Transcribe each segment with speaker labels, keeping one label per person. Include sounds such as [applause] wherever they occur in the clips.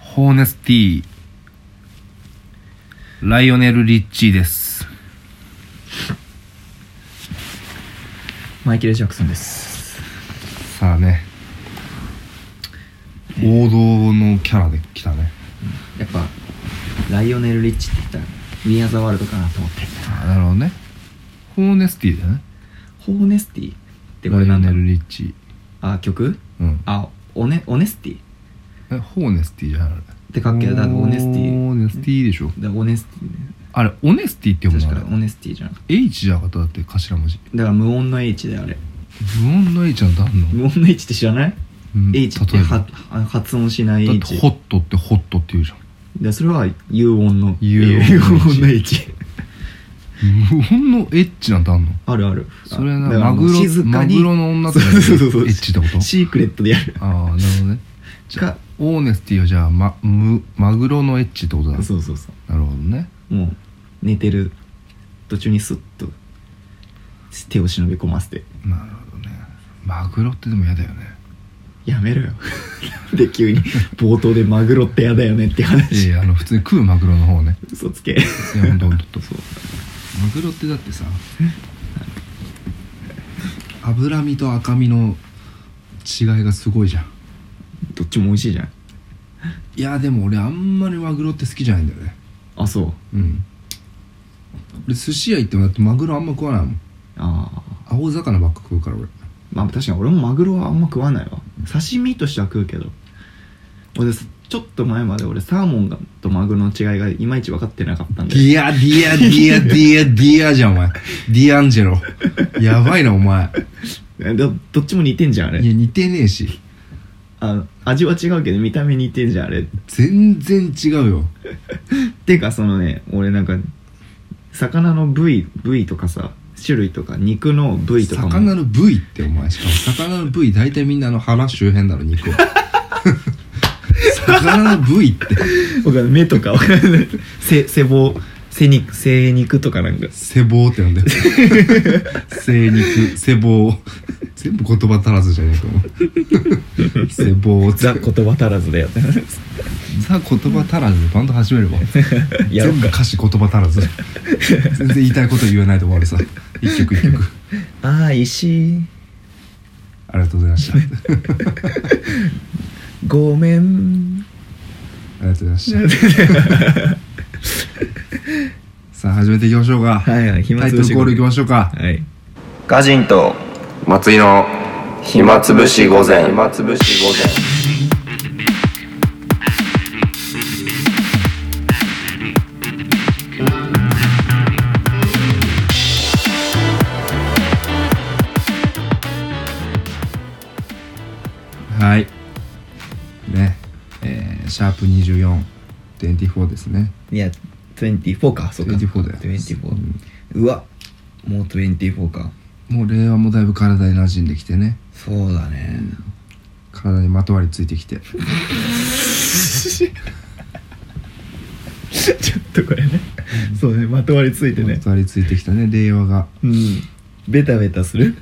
Speaker 1: ホーネスティー、ライオネル・リッチーです。
Speaker 2: マイケル・ジャクソンです
Speaker 1: さあね、王道のキャラで来たね。
Speaker 2: やっぱライオネル・リッチって言ったら「ウィアザ・ワールド」かなと思って
Speaker 1: あなるほどね。ホーネスティーだよね。
Speaker 2: ホーネスティってこ
Speaker 1: ラ
Speaker 2: れ
Speaker 1: イ
Speaker 2: な
Speaker 1: オ
Speaker 2: んだ
Speaker 1: ネ
Speaker 2: ろう
Speaker 1: ル・リッチー。
Speaker 2: あ曲
Speaker 1: うん。
Speaker 2: あオネオネスティ
Speaker 1: え、ホーネスティーじゃないあれ。
Speaker 2: ってかっけえだからオネスティ
Speaker 1: ホーネスティーでしょ。
Speaker 2: だからオネスティね
Speaker 1: あれ、オネスティって読む
Speaker 2: 確
Speaker 1: のあ
Speaker 2: かオ
Speaker 1: れ。
Speaker 2: ネスティじゃなかっ
Speaker 1: H じゃなかっただって頭文字。
Speaker 2: ただから無音の H だよあれ
Speaker 1: 無音の H なんてあんの
Speaker 2: 無音の H って知らない、
Speaker 1: うん
Speaker 2: ?H って
Speaker 1: 例えば
Speaker 2: はあの発音しない
Speaker 1: だって
Speaker 2: H
Speaker 1: ホットってホットって言うじゃん
Speaker 2: でそれは有音の
Speaker 1: 有
Speaker 2: 有
Speaker 1: 音
Speaker 2: 音
Speaker 1: の
Speaker 2: の H
Speaker 1: 無音のエッチなんてあんの
Speaker 2: あるある
Speaker 1: それな
Speaker 2: だから
Speaker 1: マグロ
Speaker 2: 静か
Speaker 1: マ
Speaker 2: に
Speaker 1: グロの女と
Speaker 2: そう [laughs]
Speaker 1: か
Speaker 2: そうそうそう
Speaker 1: エッチってこと
Speaker 2: シークレットでやる
Speaker 1: ああなるほ [laughs] どねじゃあ
Speaker 2: か
Speaker 1: オーネスティはじゃあ、ま、むマグロのエッチってことだ
Speaker 2: そうそうそ
Speaker 1: なるほどね
Speaker 2: うもう寝てる途中にスッと手を忍び込ませて
Speaker 1: なるほどねマグロってでも嫌だよね
Speaker 2: やめろよ [laughs] で急に冒頭でマグロってやだよねって
Speaker 1: い
Speaker 2: 話
Speaker 1: やあの普通に食うマグロの方ね
Speaker 2: 嘘つけ
Speaker 1: いやほんとほんとそうマグロってだってさ脂身と赤身の違いがすごいじゃん
Speaker 2: どっちも美味しいじゃん
Speaker 1: いやでも俺あんまりマグロって好きじゃないんだよね
Speaker 2: あそう
Speaker 1: うん俺寿司屋行ってもだってマグロあんま食わないもん
Speaker 2: ああ
Speaker 1: 青魚ばっか食うから俺
Speaker 2: まあ確かに俺もマグロはあんま食わないわ刺身としては食うけど俺さちょっと前まで俺サーモンがとマグロの違いがいまいち分かってなかったん
Speaker 1: デ
Speaker 2: で
Speaker 1: ィアディアディアディアディアじゃんお前ディアンジェロやばいなお前
Speaker 2: えどどっちも似てんじゃんあ
Speaker 1: い
Speaker 2: れ
Speaker 1: や似てねえし
Speaker 2: あ味は違うけど見た目似てんじゃんあれ
Speaker 1: 全然違うよ
Speaker 2: てかそのね俺なんか魚の部位部位とかさ種類とか肉の部位とかも
Speaker 1: 魚の部位ってお前しかも魚の部位大体みんなあの腹周辺だろ肉
Speaker 2: [laughs]
Speaker 1: は魚の部位って
Speaker 2: わかんない目とかわかんない背背棒背肉背肉とかなんか
Speaker 1: 背棒って呼んでる背肉背棒全部言葉足らずじゃねえかお
Speaker 2: [laughs]
Speaker 1: 前背棒
Speaker 2: ザ
Speaker 1: ザ
Speaker 2: 言葉足らずだよ
Speaker 1: ザ言葉足らずでバンド始めれば
Speaker 2: [laughs] やろう
Speaker 1: 全部
Speaker 2: か
Speaker 1: 歌詞言葉足らず全然言いたいこと言えないで終わるさ一曲一曲
Speaker 2: ああ石
Speaker 1: ありがとうございましたあり
Speaker 2: ごめん
Speaker 1: がとうございました
Speaker 2: [laughs]
Speaker 1: さあ始めていきましょうか
Speaker 2: はいはい
Speaker 1: タイトルコールいきましょうか
Speaker 2: はい
Speaker 3: ガジンと
Speaker 4: 松井の暇つぶし午前暇つぶし午前
Speaker 1: はいねえーシャープ24 24ですね
Speaker 2: いや24かそうか
Speaker 1: 24だよ
Speaker 2: 24、うわもう24か
Speaker 1: もう令和もだいぶ体に馴染んできてね
Speaker 2: そうだね、
Speaker 1: 体にまとわりついてきて
Speaker 2: [laughs] ちょっとこれね、そうねまとわりついて
Speaker 1: ま
Speaker 2: ね
Speaker 1: とわりついてきたね令和が
Speaker 2: うんベタベタする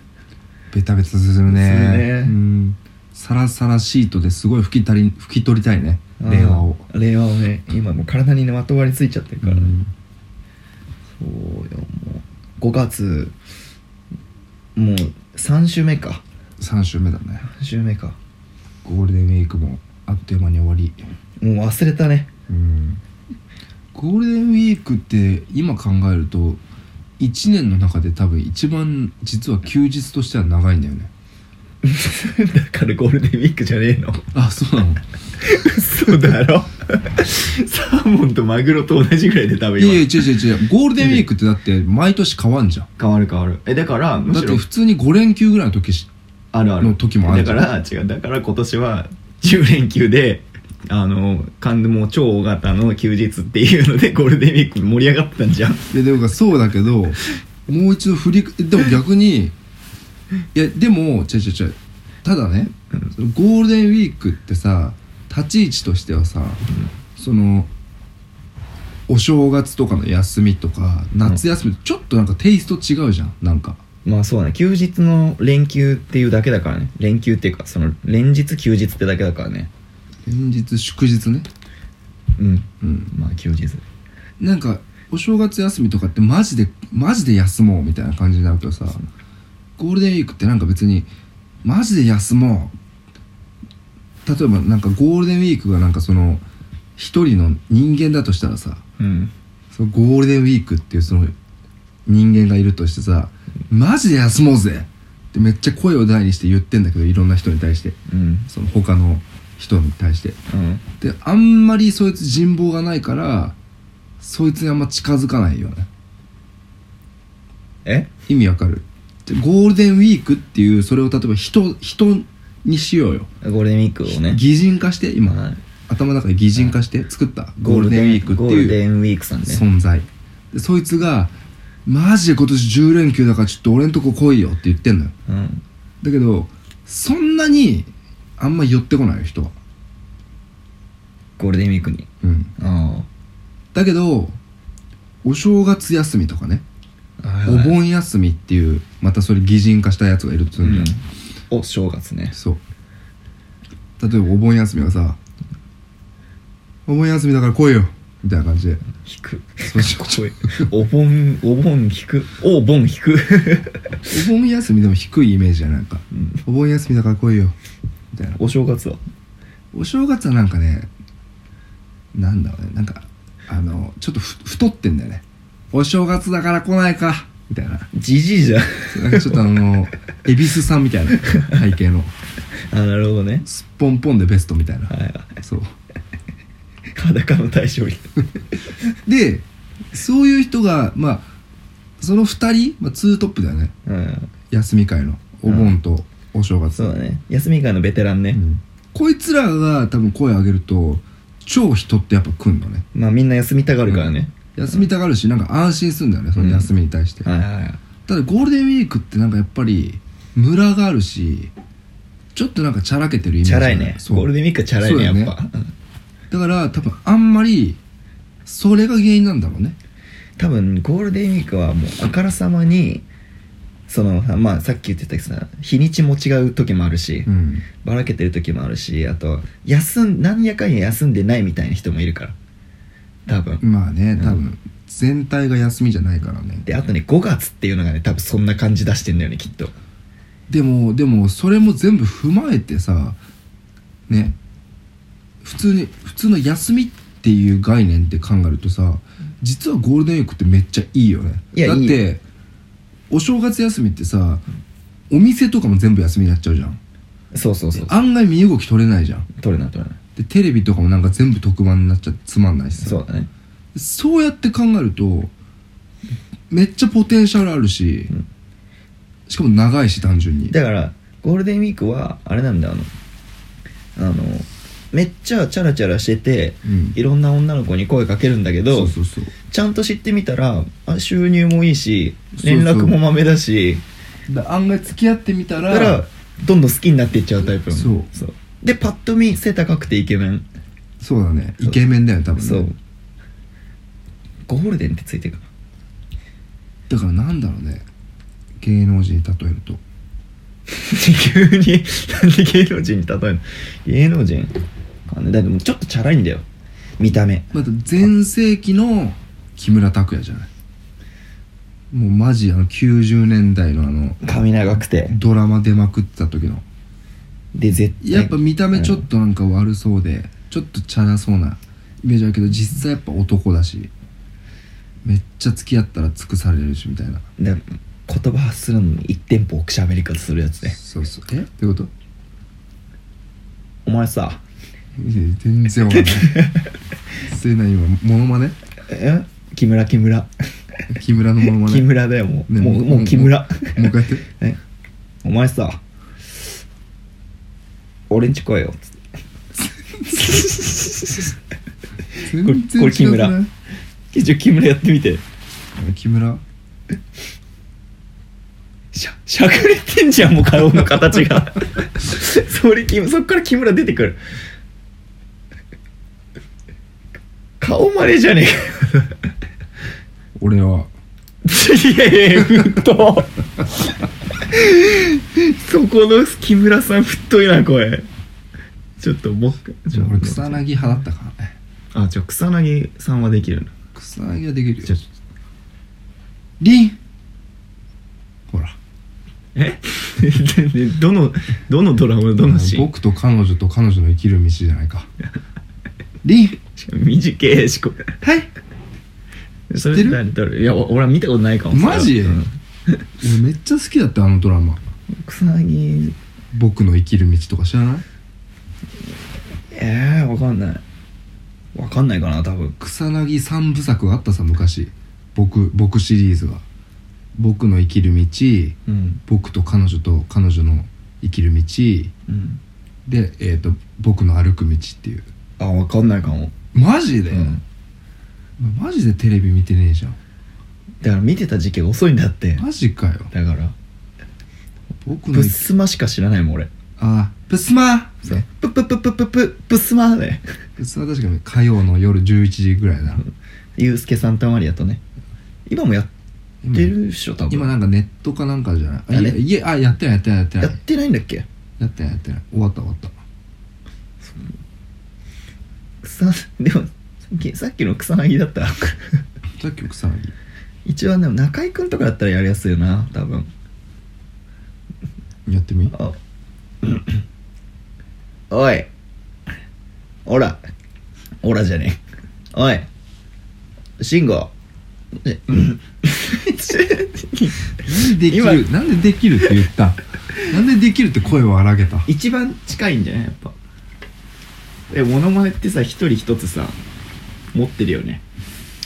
Speaker 1: ベタベタする
Speaker 2: する
Speaker 1: ね
Speaker 2: ね
Speaker 1: うんサラサラシートですごい拭きたり拭き取りたいね令和を
Speaker 2: あー令和をね今もう体にねまとわりついちゃってるから、
Speaker 1: うん
Speaker 2: そうよもう5月もう3週目か
Speaker 1: 3週目だね
Speaker 2: 3週目か
Speaker 1: ゴールデンウィークもあっという間に終わり
Speaker 2: もう忘れたね [laughs]
Speaker 1: うんゴールデンウィークって今考えると1年の中で多分一番実は休日としては長いんだよね
Speaker 2: だからゴールデンウィークじゃねえの
Speaker 1: あそう [laughs] なの
Speaker 2: 嘘だ [laughs] ろサーモンとマグロと同じぐらいで食べ
Speaker 1: いやいや違
Speaker 2: よ
Speaker 1: う違う違うゴールデンウィークってだって毎年変わんじゃん
Speaker 2: 変わる変わるえだからむ
Speaker 1: だっ
Speaker 2: してろ
Speaker 1: 普通に5連休ぐらいの時し
Speaker 2: あるある
Speaker 1: の時もある
Speaker 2: だから違うだから今年は10連休であの関もう超大型の休日っていうのでゴールデンウィーク盛り上がったんじゃん
Speaker 1: いやでもそうだけどもう一度振りでも逆にいやでも違う違う違うただね、そのゴールデンウィークってさ立ち位置としてはさ、そのお正月とかの休みとか夏休みとちょっとなんかテイスト違うじゃんなんか
Speaker 2: まあそうだね休日の連休っていうだけだからね連休っていうかその連日休日ってだけだからね
Speaker 1: 連日祝日ね
Speaker 2: うん
Speaker 1: うん、
Speaker 2: まあ休日
Speaker 1: なんかお正月休みとかってマジでマジで休もうみたいな感じになるけどさゴールデンウィークってなんか別にマジで休もう例えばなんかゴールデンウィークがなんかその一人の人間だとしたらさ
Speaker 2: うん
Speaker 1: そのゴールデンウィークっていうその人間がいるとしてさマジで休もうぜってめっちゃ声を大にして言ってんだけどいろんな人に対して
Speaker 2: うん
Speaker 1: その他の人に対して
Speaker 2: うん
Speaker 1: であんまりそいつ人望がないからそいつにあんま近づかないよね
Speaker 2: え
Speaker 1: 意味わかるでゴールデンウィークっていうそれを例えば人人にしようよ
Speaker 2: ゴールデンウィークをね
Speaker 1: 擬人化して今、
Speaker 2: はい
Speaker 1: 頭の中で擬人化して作ったゴールデンウィークって
Speaker 2: ゴール
Speaker 1: い
Speaker 2: デ
Speaker 1: う
Speaker 2: ンウィークさんね
Speaker 1: 存在でそいつがマジで今年10連休だからちょっと俺んとこ来いよって言ってんのよ
Speaker 2: うん
Speaker 1: だけどそんなにあんま寄ってこないよ人は
Speaker 2: ゴールデンウィークに
Speaker 1: うん
Speaker 2: あ
Speaker 1: だけどお正月休みとかね
Speaker 2: あ
Speaker 1: お盆休みっていうまたそれ擬人化したやつがいるとす
Speaker 2: う
Speaker 1: るんだよ
Speaker 2: ん
Speaker 1: ね、
Speaker 2: お正月ね
Speaker 1: そう例えばお盆休みはさ「お盆休みだから来いよ」みたいな感
Speaker 2: [laughs]
Speaker 1: じで
Speaker 2: 引く
Speaker 1: そうしよ
Speaker 2: お盆お盆引くお盆引く
Speaker 1: お盆休みでも低いイメージじゃんなんか
Speaker 2: うん
Speaker 1: 「お盆休みだから来いよ」みたいな
Speaker 2: お正月は
Speaker 1: お正月はなんかねなんだろうねなんかあのちょっとふ太ってんだよね「お正月だから来ないか」みたいな
Speaker 2: じじいじゃん
Speaker 1: なんかちょっとあ
Speaker 2: [laughs]
Speaker 1: の恵比寿さんみたいな体型の
Speaker 2: あなるほどね
Speaker 1: すっぽんぽんでベストみたいな
Speaker 2: はい
Speaker 1: そう
Speaker 2: 裸の対象に
Speaker 1: でそういう人がまあその2人、まあ、2トップだよね
Speaker 2: うん
Speaker 1: 休み会のお盆とお正月、
Speaker 2: そうだね休み会のベテランね、
Speaker 1: うんこいつらが多分声上げると超人ってやっぱ来んのね
Speaker 2: まあみんな休みたがるからね、
Speaker 1: 休みたがるしなんか安心するんだよねその休みに対して、
Speaker 2: はいはいはい
Speaker 1: ただゴールデンウィークってなんかやっぱりムラがあるしちょっとなんかチャラけてるイメージ
Speaker 2: チャラいね
Speaker 1: そう
Speaker 2: ゴールデンウィークはチャラい
Speaker 1: そう
Speaker 2: ね
Speaker 1: だ
Speaker 2: や
Speaker 1: よね
Speaker 2: っぱ、うん
Speaker 1: だから多分あんまりそれが原因なんだろうね
Speaker 2: 多分ゴールデンウィークはもうあからさまにそのまあさっき言ってたけどさ日にちも違う時もあるし、
Speaker 1: うん
Speaker 2: ばらけてる時もあるしあと休ん何やかんや休んでないみたいな人もいるから多分、
Speaker 1: まあね多
Speaker 2: う
Speaker 1: 分、
Speaker 2: ん
Speaker 1: 全体が休みじゃないからね
Speaker 2: であとね5月っていうのがね多分そんな感じ出してんだよねきっと
Speaker 1: でもでもそれも全部踏まえてさね普通に普通の休みっていう概念って考えるとさ実はゴールデンウィークってめっちゃいいよね
Speaker 2: いや
Speaker 1: だっ
Speaker 2: いい
Speaker 1: てお正月休みってさお店とかも全部休みになっちゃうじゃん
Speaker 2: そうそうそう
Speaker 1: 案外身動き取れないじゃん
Speaker 2: 取れない取れない
Speaker 1: でテレビとかもなんか全部特番になっちゃってつまんないしさ
Speaker 2: そうだね
Speaker 1: そうやって考えるとめっちゃポテンシャルあるし、
Speaker 2: うん
Speaker 1: しかも長いし単純に
Speaker 2: だからゴールデンウィークはあれなんだよあのあのめっちゃチャラチャラしてて、
Speaker 1: うん
Speaker 2: いろんな女の子に声かけるんだけど
Speaker 1: そうそうそう
Speaker 2: ちゃんと知ってみたらあ収入もいいし
Speaker 1: そうそ
Speaker 2: 連
Speaker 1: う
Speaker 2: 絡もまめだし
Speaker 1: だ案外付き合ってみたら
Speaker 2: だからどんどん好きになっていっちゃうタイプなの
Speaker 1: そう
Speaker 2: でパッと見背高くてイケメン、
Speaker 1: そうだねイケメンだよね多分ね
Speaker 2: そうゴールデンってついてるか
Speaker 1: だからなんだろうね芸能人に例えると
Speaker 2: 急に、なんで芸能人に例えるの芸能人かね。だってもうちょっとチャラいんだよ。見た目。
Speaker 1: また全盛期の木村拓哉じゃないもうマジあの90年代のあの
Speaker 2: 髪長くて。
Speaker 1: ドラマ出まくってた時の
Speaker 2: で、絶対。
Speaker 1: やっぱ見た目ちょっとなんか悪そうでちょっとチャラそうなイメージあるけど実際やっぱ男だしめっちゃ付き合ったら尽くされるしみたいな
Speaker 2: うん。だ言葉発するのに一テンポ多く喋り方するやつね。
Speaker 1: そうそうえってこと
Speaker 2: お前さ、
Speaker 1: いや全然わかんない
Speaker 2: [laughs]
Speaker 1: それな今モノマネ
Speaker 2: え木村木村。
Speaker 1: 木村のモノマネ
Speaker 2: 木村だよ、もう。
Speaker 1: ね
Speaker 2: もう、もう木村。
Speaker 1: もう一回やって
Speaker 2: えお前さ、俺んち来いよ。つって
Speaker 1: 全
Speaker 2: これこれ木村
Speaker 1: 違くない
Speaker 2: じゃあ木村やってみて。
Speaker 1: 木村
Speaker 2: しゃしゃくれてんじゃんもう顔の形がそれきそっから木村出てくる顔まねじゃね
Speaker 1: 俺は
Speaker 2: えかいやいやいやふっとそこの木村さん太いな声ちょっと僕ちょっと
Speaker 1: 俺草薙派だったからね
Speaker 2: あじゃあ草薙さんはできるな
Speaker 1: 草薙はできる
Speaker 2: じ
Speaker 1: よ
Speaker 2: ゃあ
Speaker 1: りんほら
Speaker 2: え [laughs] どのどのドラマどのシーン
Speaker 1: 僕と彼女と彼女の生きる道じゃな
Speaker 2: [laughs]
Speaker 1: いかりん
Speaker 2: しかも短いしこれ
Speaker 1: はい
Speaker 2: それ
Speaker 1: 知ってる
Speaker 2: 誰誰いやお俺は見たことないかも
Speaker 1: マジ
Speaker 2: それはうん
Speaker 1: 俺めっちゃ好きだったあのドラマ
Speaker 2: 草薙
Speaker 1: 僕の生きる道とか知らない
Speaker 2: えー、わかんないわかんないかな多分
Speaker 1: 草薙三部作があったさ昔僕僕シリーズが僕の生きる道
Speaker 2: うん
Speaker 1: 僕と彼女と彼女の生きる道
Speaker 2: うん
Speaker 1: で、えー、と僕の歩く道っていう
Speaker 2: あわかんないかも、
Speaker 1: マジで、
Speaker 2: うん
Speaker 1: マジでテレビ見てねえじゃん
Speaker 2: だから見てた時期が遅いんだって
Speaker 1: マジかよ
Speaker 2: だから
Speaker 1: 僕
Speaker 2: プ
Speaker 1: の
Speaker 2: ッスマしか知らないもん俺
Speaker 1: あプスマ
Speaker 2: そうプップップップップッププッスマね
Speaker 1: [laughs] プスマ確かに火曜の夜11時ぐ
Speaker 2: [laughs]
Speaker 1: らいだな
Speaker 2: ユうスケ・サンタマリアとね今もやってるっしょ多分
Speaker 1: 今なんかネットかなんかじゃないあ
Speaker 2: あ
Speaker 1: い
Speaker 2: れ
Speaker 1: やいやあやってないやってな
Speaker 2: や
Speaker 1: いやってない
Speaker 2: ってないんだっけ
Speaker 1: やってないやってない終わった終わった
Speaker 2: 草 [laughs] でもさっきさっきの草薙だった [laughs] ら
Speaker 1: さっき草薙
Speaker 2: 一番でも中居君とかだったらやりやすいよな多分
Speaker 1: やってみ
Speaker 2: あおいおらおらじゃねえおい慎吾え
Speaker 1: なんでできるなんでできるって言 [laughs] ったなんでできるって声を荒げた
Speaker 2: [laughs] 一番近いんじゃないやっぱえモノマネってさ一人一つさ持ってるよね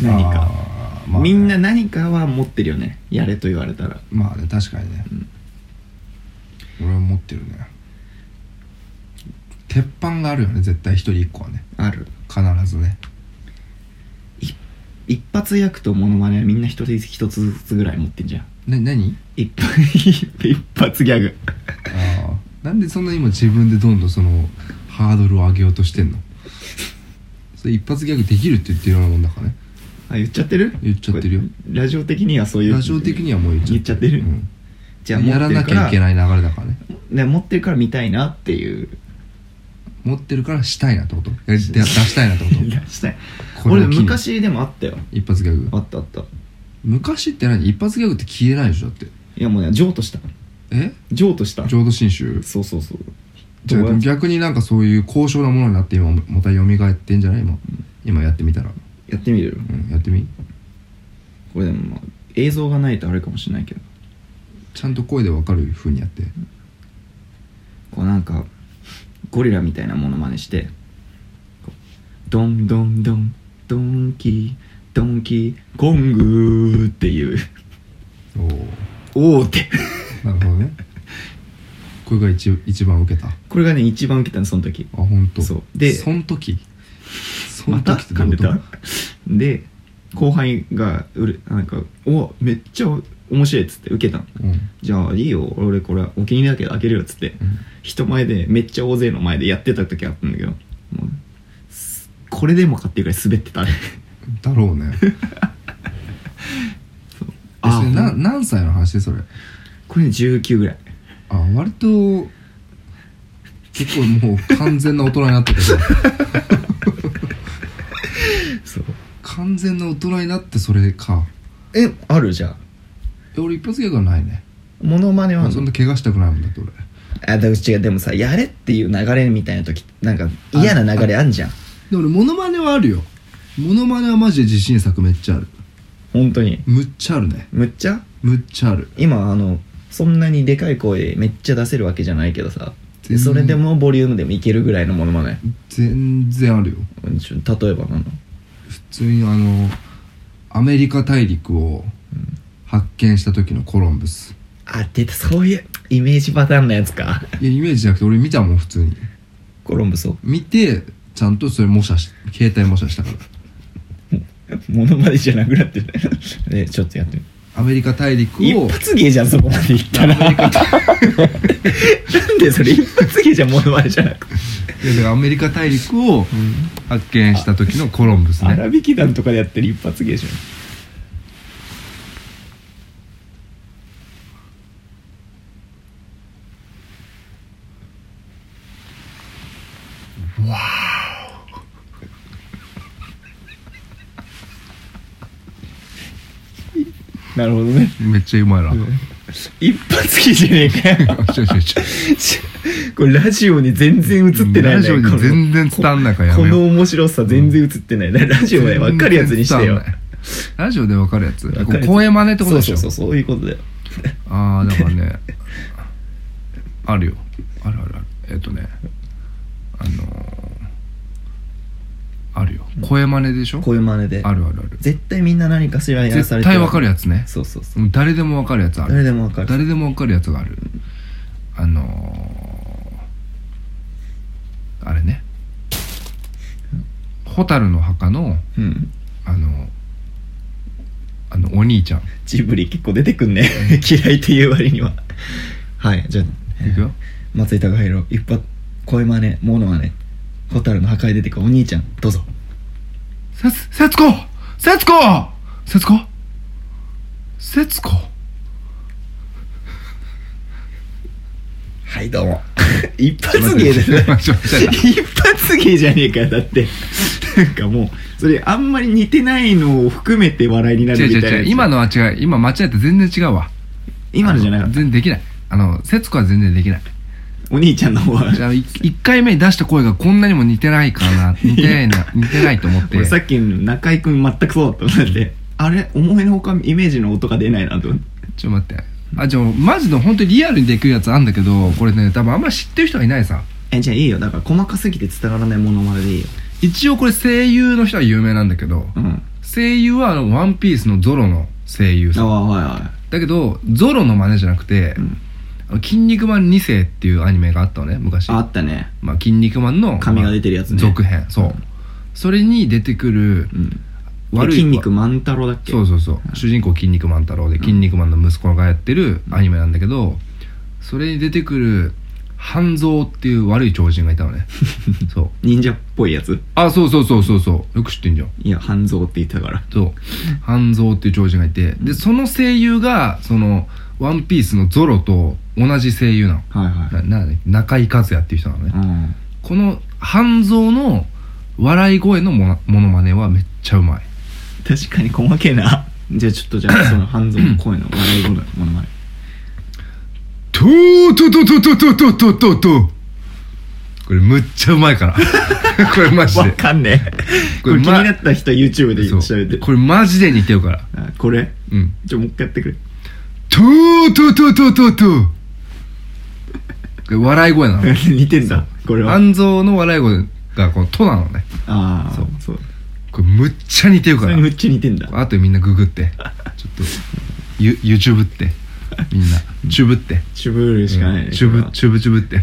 Speaker 2: 何か、
Speaker 1: あーまあね
Speaker 2: みんな何かは持ってるよねやれと言われたら
Speaker 1: まあね確かにね、俺は持ってるね鉄板があるよね絶対一人一個はね
Speaker 2: ある
Speaker 1: 必ずね
Speaker 2: 一発役とモノマネはみんな一人一つずつぐらい持ってんじゃん
Speaker 1: な何
Speaker 2: 一発一発ギャグ
Speaker 1: ああなんでそんな今自分でどんどんそのハードルを上げようとしてんのそれ一発ギャグできるって言ってるようなもんだからね
Speaker 2: あ言っちゃってる
Speaker 1: 言っちゃってるよ
Speaker 2: これラジオ的にはそういう
Speaker 1: ラジオ的にはもう言っちゃ
Speaker 2: 言っちゃってる、
Speaker 1: うん
Speaker 2: じゃあ
Speaker 1: やらなきゃいけ
Speaker 2: い
Speaker 1: ない流れだからね
Speaker 2: ね持ってるから見たいなって
Speaker 1: [laughs]
Speaker 2: いう
Speaker 1: 持ってるからしたいなってことやり出したいなってこ
Speaker 2: い
Speaker 1: と
Speaker 2: やしたい
Speaker 1: これ
Speaker 2: 俺
Speaker 1: を機に
Speaker 2: 昔でもあったよ
Speaker 1: 一発ギャ
Speaker 2: あ
Speaker 1: グ
Speaker 2: ったあったい
Speaker 1: 昔って何一発ギャグって消えないでしょだって
Speaker 2: やもうね譲渡した
Speaker 1: え
Speaker 2: 譲渡した
Speaker 1: 浄土真宗
Speaker 2: そうそうそう
Speaker 1: じゃあでも逆になんかそういう高尚なものになって今もまた蘇ってんじゃない今今やってみたら、
Speaker 2: やってみるよ
Speaker 1: うん、やってみ
Speaker 2: これでもまあ映像がないとあれかもしれないけど
Speaker 1: ちゃんと声でわかる風にやって
Speaker 2: こうなんかゴリラみたいなものまねしてこうドンドンドンドンキドンキコングーっていう
Speaker 1: おお
Speaker 2: おーって
Speaker 1: なるほどねこれが一一番受けたあ
Speaker 2: これがね一番受けたのその時
Speaker 1: 本当。
Speaker 2: そうで
Speaker 1: そん時そ
Speaker 2: ま
Speaker 1: ん
Speaker 2: た
Speaker 1: 時って
Speaker 2: 噛
Speaker 1: どうんい
Speaker 2: で
Speaker 1: うこ
Speaker 2: たで
Speaker 1: と
Speaker 2: 後輩がうれなんか「おめっちゃ面白い」っつって受けたの
Speaker 1: うんうん
Speaker 2: じゃあいいよ俺これお気に入りだけど開けるよっつって人前でめっちゃ大勢の前でやってた時あったんだけどもうすこれでもかっていうぐらい滑ってたね
Speaker 1: だろうねえ
Speaker 2: [laughs] あ
Speaker 1: それな
Speaker 2: うん
Speaker 1: 何歳の話それ
Speaker 2: これね19ぐらい
Speaker 1: あ割と結構もう完全な大人になってたけど [laughs]
Speaker 2: そう
Speaker 1: 完全な大人になってそれか
Speaker 2: えあるじゃん
Speaker 1: え俺一発ギャグはないね
Speaker 2: モノマネはあ
Speaker 1: あ
Speaker 2: ん
Speaker 1: そ
Speaker 2: の
Speaker 1: んな怪我したくないもんだって俺
Speaker 2: あだから違うでもさやれっていう流れみたいな時なんか嫌な流れあんじゃん
Speaker 1: でも俺モノマネはあるよモノマネはマジで自信作めっちゃある
Speaker 2: 本当に
Speaker 1: むっちゃあるね
Speaker 2: むっちゃ
Speaker 1: むっちゃある
Speaker 2: 今あのそんなにでかい声めっちゃ出せるわけじゃないけどさ
Speaker 1: 全然
Speaker 2: それでもボリュームでもいけるぐらいのものまね
Speaker 1: 全然あるよ
Speaker 2: ちょ例えばなの
Speaker 1: 普通にあのアメリカ大陸を発見した時のコロンブス
Speaker 2: あ出たそういうイメージパターンのやつか
Speaker 1: いやイメージじゃなくて俺見たもん普通に
Speaker 2: コロンブスを
Speaker 1: 見てちゃんとそれ模写し携帯模写したから
Speaker 2: モノマネじゃなくなってる [laughs] ねちょっとやってみ
Speaker 1: アメリカ大陸
Speaker 2: 一
Speaker 1: を
Speaker 2: 発芸じゃんそこまでいったら [laughs] なんでそれ一発芸じゃんモノマネじゃな [laughs] くて、
Speaker 1: いやだからアメリカ大陸を発見した時のコロンブスね
Speaker 2: 荒引き団とかでやってる一発芸じゃん
Speaker 1: わ
Speaker 2: [laughs] なるほどね
Speaker 1: めっちゃうまいな。
Speaker 2: 一発記じゃねえかよ
Speaker 1: ちょちょちょ
Speaker 2: [laughs] これラジオに全然映ってないね
Speaker 1: ラジオに
Speaker 2: この
Speaker 1: 全然伝わんないからや
Speaker 2: こ
Speaker 1: めよ
Speaker 2: の
Speaker 1: う
Speaker 2: 面白さ全然映ってない、ラジオで分かるやつにしてよ
Speaker 1: 全然伝わんないラジオでわかるやつ
Speaker 2: わかるやつ
Speaker 1: 声真似ってことでしょ
Speaker 2: そうそうそうそういうことだよ
Speaker 1: ああだからねあるよあるあるあるえっ、とねあのー、あるよ声真似でしょ
Speaker 2: こういう真似で
Speaker 1: あるあるある
Speaker 2: 絶対みんな何かしらやらさ
Speaker 1: 絶
Speaker 2: れて
Speaker 1: 対わかるやつね
Speaker 2: そうそうそう
Speaker 1: うん誰でもわかるやつある
Speaker 2: 誰でもわかる
Speaker 1: 誰でもわかるやつがあるあのー、あれね蛍の墓の
Speaker 2: うん
Speaker 1: あのあのお兄ちゃん
Speaker 2: ジブリ結構出てくんね [laughs] 嫌いっていう割にははいじゃあ
Speaker 1: いくよ
Speaker 2: 松井隆弘一発声真似モノマネ蛍の破壊出てくるお兄ちゃんどうぞ [laughs]
Speaker 1: せつ、せつこせつこせつこせつこ
Speaker 2: はいどうも一発
Speaker 1: [laughs]
Speaker 2: 芸だね
Speaker 1: ちょっと待って
Speaker 2: 一発芸じゃねえかよだってなんかもうそれあんまり似てないのを含めて笑いにな
Speaker 1: 違う
Speaker 2: る
Speaker 1: 違
Speaker 2: み
Speaker 1: う
Speaker 2: たいな
Speaker 1: 違
Speaker 2: や
Speaker 1: う
Speaker 2: つ
Speaker 1: 今のは違う今間違えて全然違うわ
Speaker 2: 今のじゃなかった
Speaker 1: 全然できないあの節子は全然できない
Speaker 2: お兄ちゃんの方は [laughs]
Speaker 1: じゃあ1回目に出した声がこんなにも似てないかな似てないな似てないと思って
Speaker 2: 俺さっきの中居君全くそうだったもんだってあれ思いのほかイメージの音が出ないなと思って
Speaker 1: ちょっと待ってあじゃあマジの本当にリアルにできるやつあんだけどこれね多分あんま知ってる人はいないさ
Speaker 2: えじゃあいいよだから細かすぎて伝わらないものまねでいいよ
Speaker 1: 一応これ声優の人は有名なんだけど
Speaker 2: うん
Speaker 1: 声優はあのワンピースのゾロの声優さ
Speaker 2: あ
Speaker 1: ん
Speaker 2: あはいは
Speaker 1: だけどゾロの真似じゃなくて
Speaker 2: い、うん、
Speaker 1: あの筋肉マン2世っていうアニメがあったのね昔
Speaker 2: あったね
Speaker 1: まあ、筋肉マンの
Speaker 2: 髪が出てるやつね
Speaker 1: 続編そう、それに出てくる
Speaker 2: うん
Speaker 1: 悪い
Speaker 2: 筋肉万太郎だっけ
Speaker 1: そうそうそう、主人公筋肉マン太郎で筋肉マンの息子がやってるアニメなんだけどそれに出てくる半蔵っていう悪い超人がいたの [laughs] ねそう
Speaker 2: 忍者っぽいやつ
Speaker 1: あそうそうそうそうそうよく知ってんじゃん
Speaker 2: いや半蔵って言ったから
Speaker 1: そう半蔵っていう超人がいてでその声優がその「ワンピースのゾロと同じ声優なの
Speaker 2: はいは
Speaker 1: ななんだっけ中井和也っていう人なのね、
Speaker 2: いうん
Speaker 1: この半蔵の笑い声のものモノマネはめっちゃうまい
Speaker 2: 確かに細けえなじゃあちょっとじゃあその半蔵の声の笑い声のものまね
Speaker 1: トゥートゥトゥトゥトゥトゥトゥトゥトゥこれむっちゃうまいから [laughs] これマジ
Speaker 2: わ
Speaker 1: で
Speaker 2: かんねえこ
Speaker 1: こ
Speaker 2: れ
Speaker 1: れ
Speaker 2: 気になった人は YouTube で調
Speaker 1: そう
Speaker 2: べて
Speaker 1: これマジで似てるから
Speaker 2: あこれ
Speaker 1: うん
Speaker 2: ちょもう一回やってくれ
Speaker 1: トゥートゥトゥトゥトゥトゥこれ笑い声なの
Speaker 2: [laughs] 似てんだこれはあ
Speaker 1: 半蔵の笑い声がこの「と」なのね
Speaker 2: あ
Speaker 1: そう
Speaker 2: ーそう
Speaker 1: これむっちゃ似てる
Speaker 2: そ
Speaker 1: か
Speaker 2: れ
Speaker 1: ら
Speaker 2: にむっちゃ似てんだ
Speaker 1: あとみんなググってちょっとユ YouTube ってみんなチューブって
Speaker 2: チュブるしかないね
Speaker 1: チューブチューブチューブって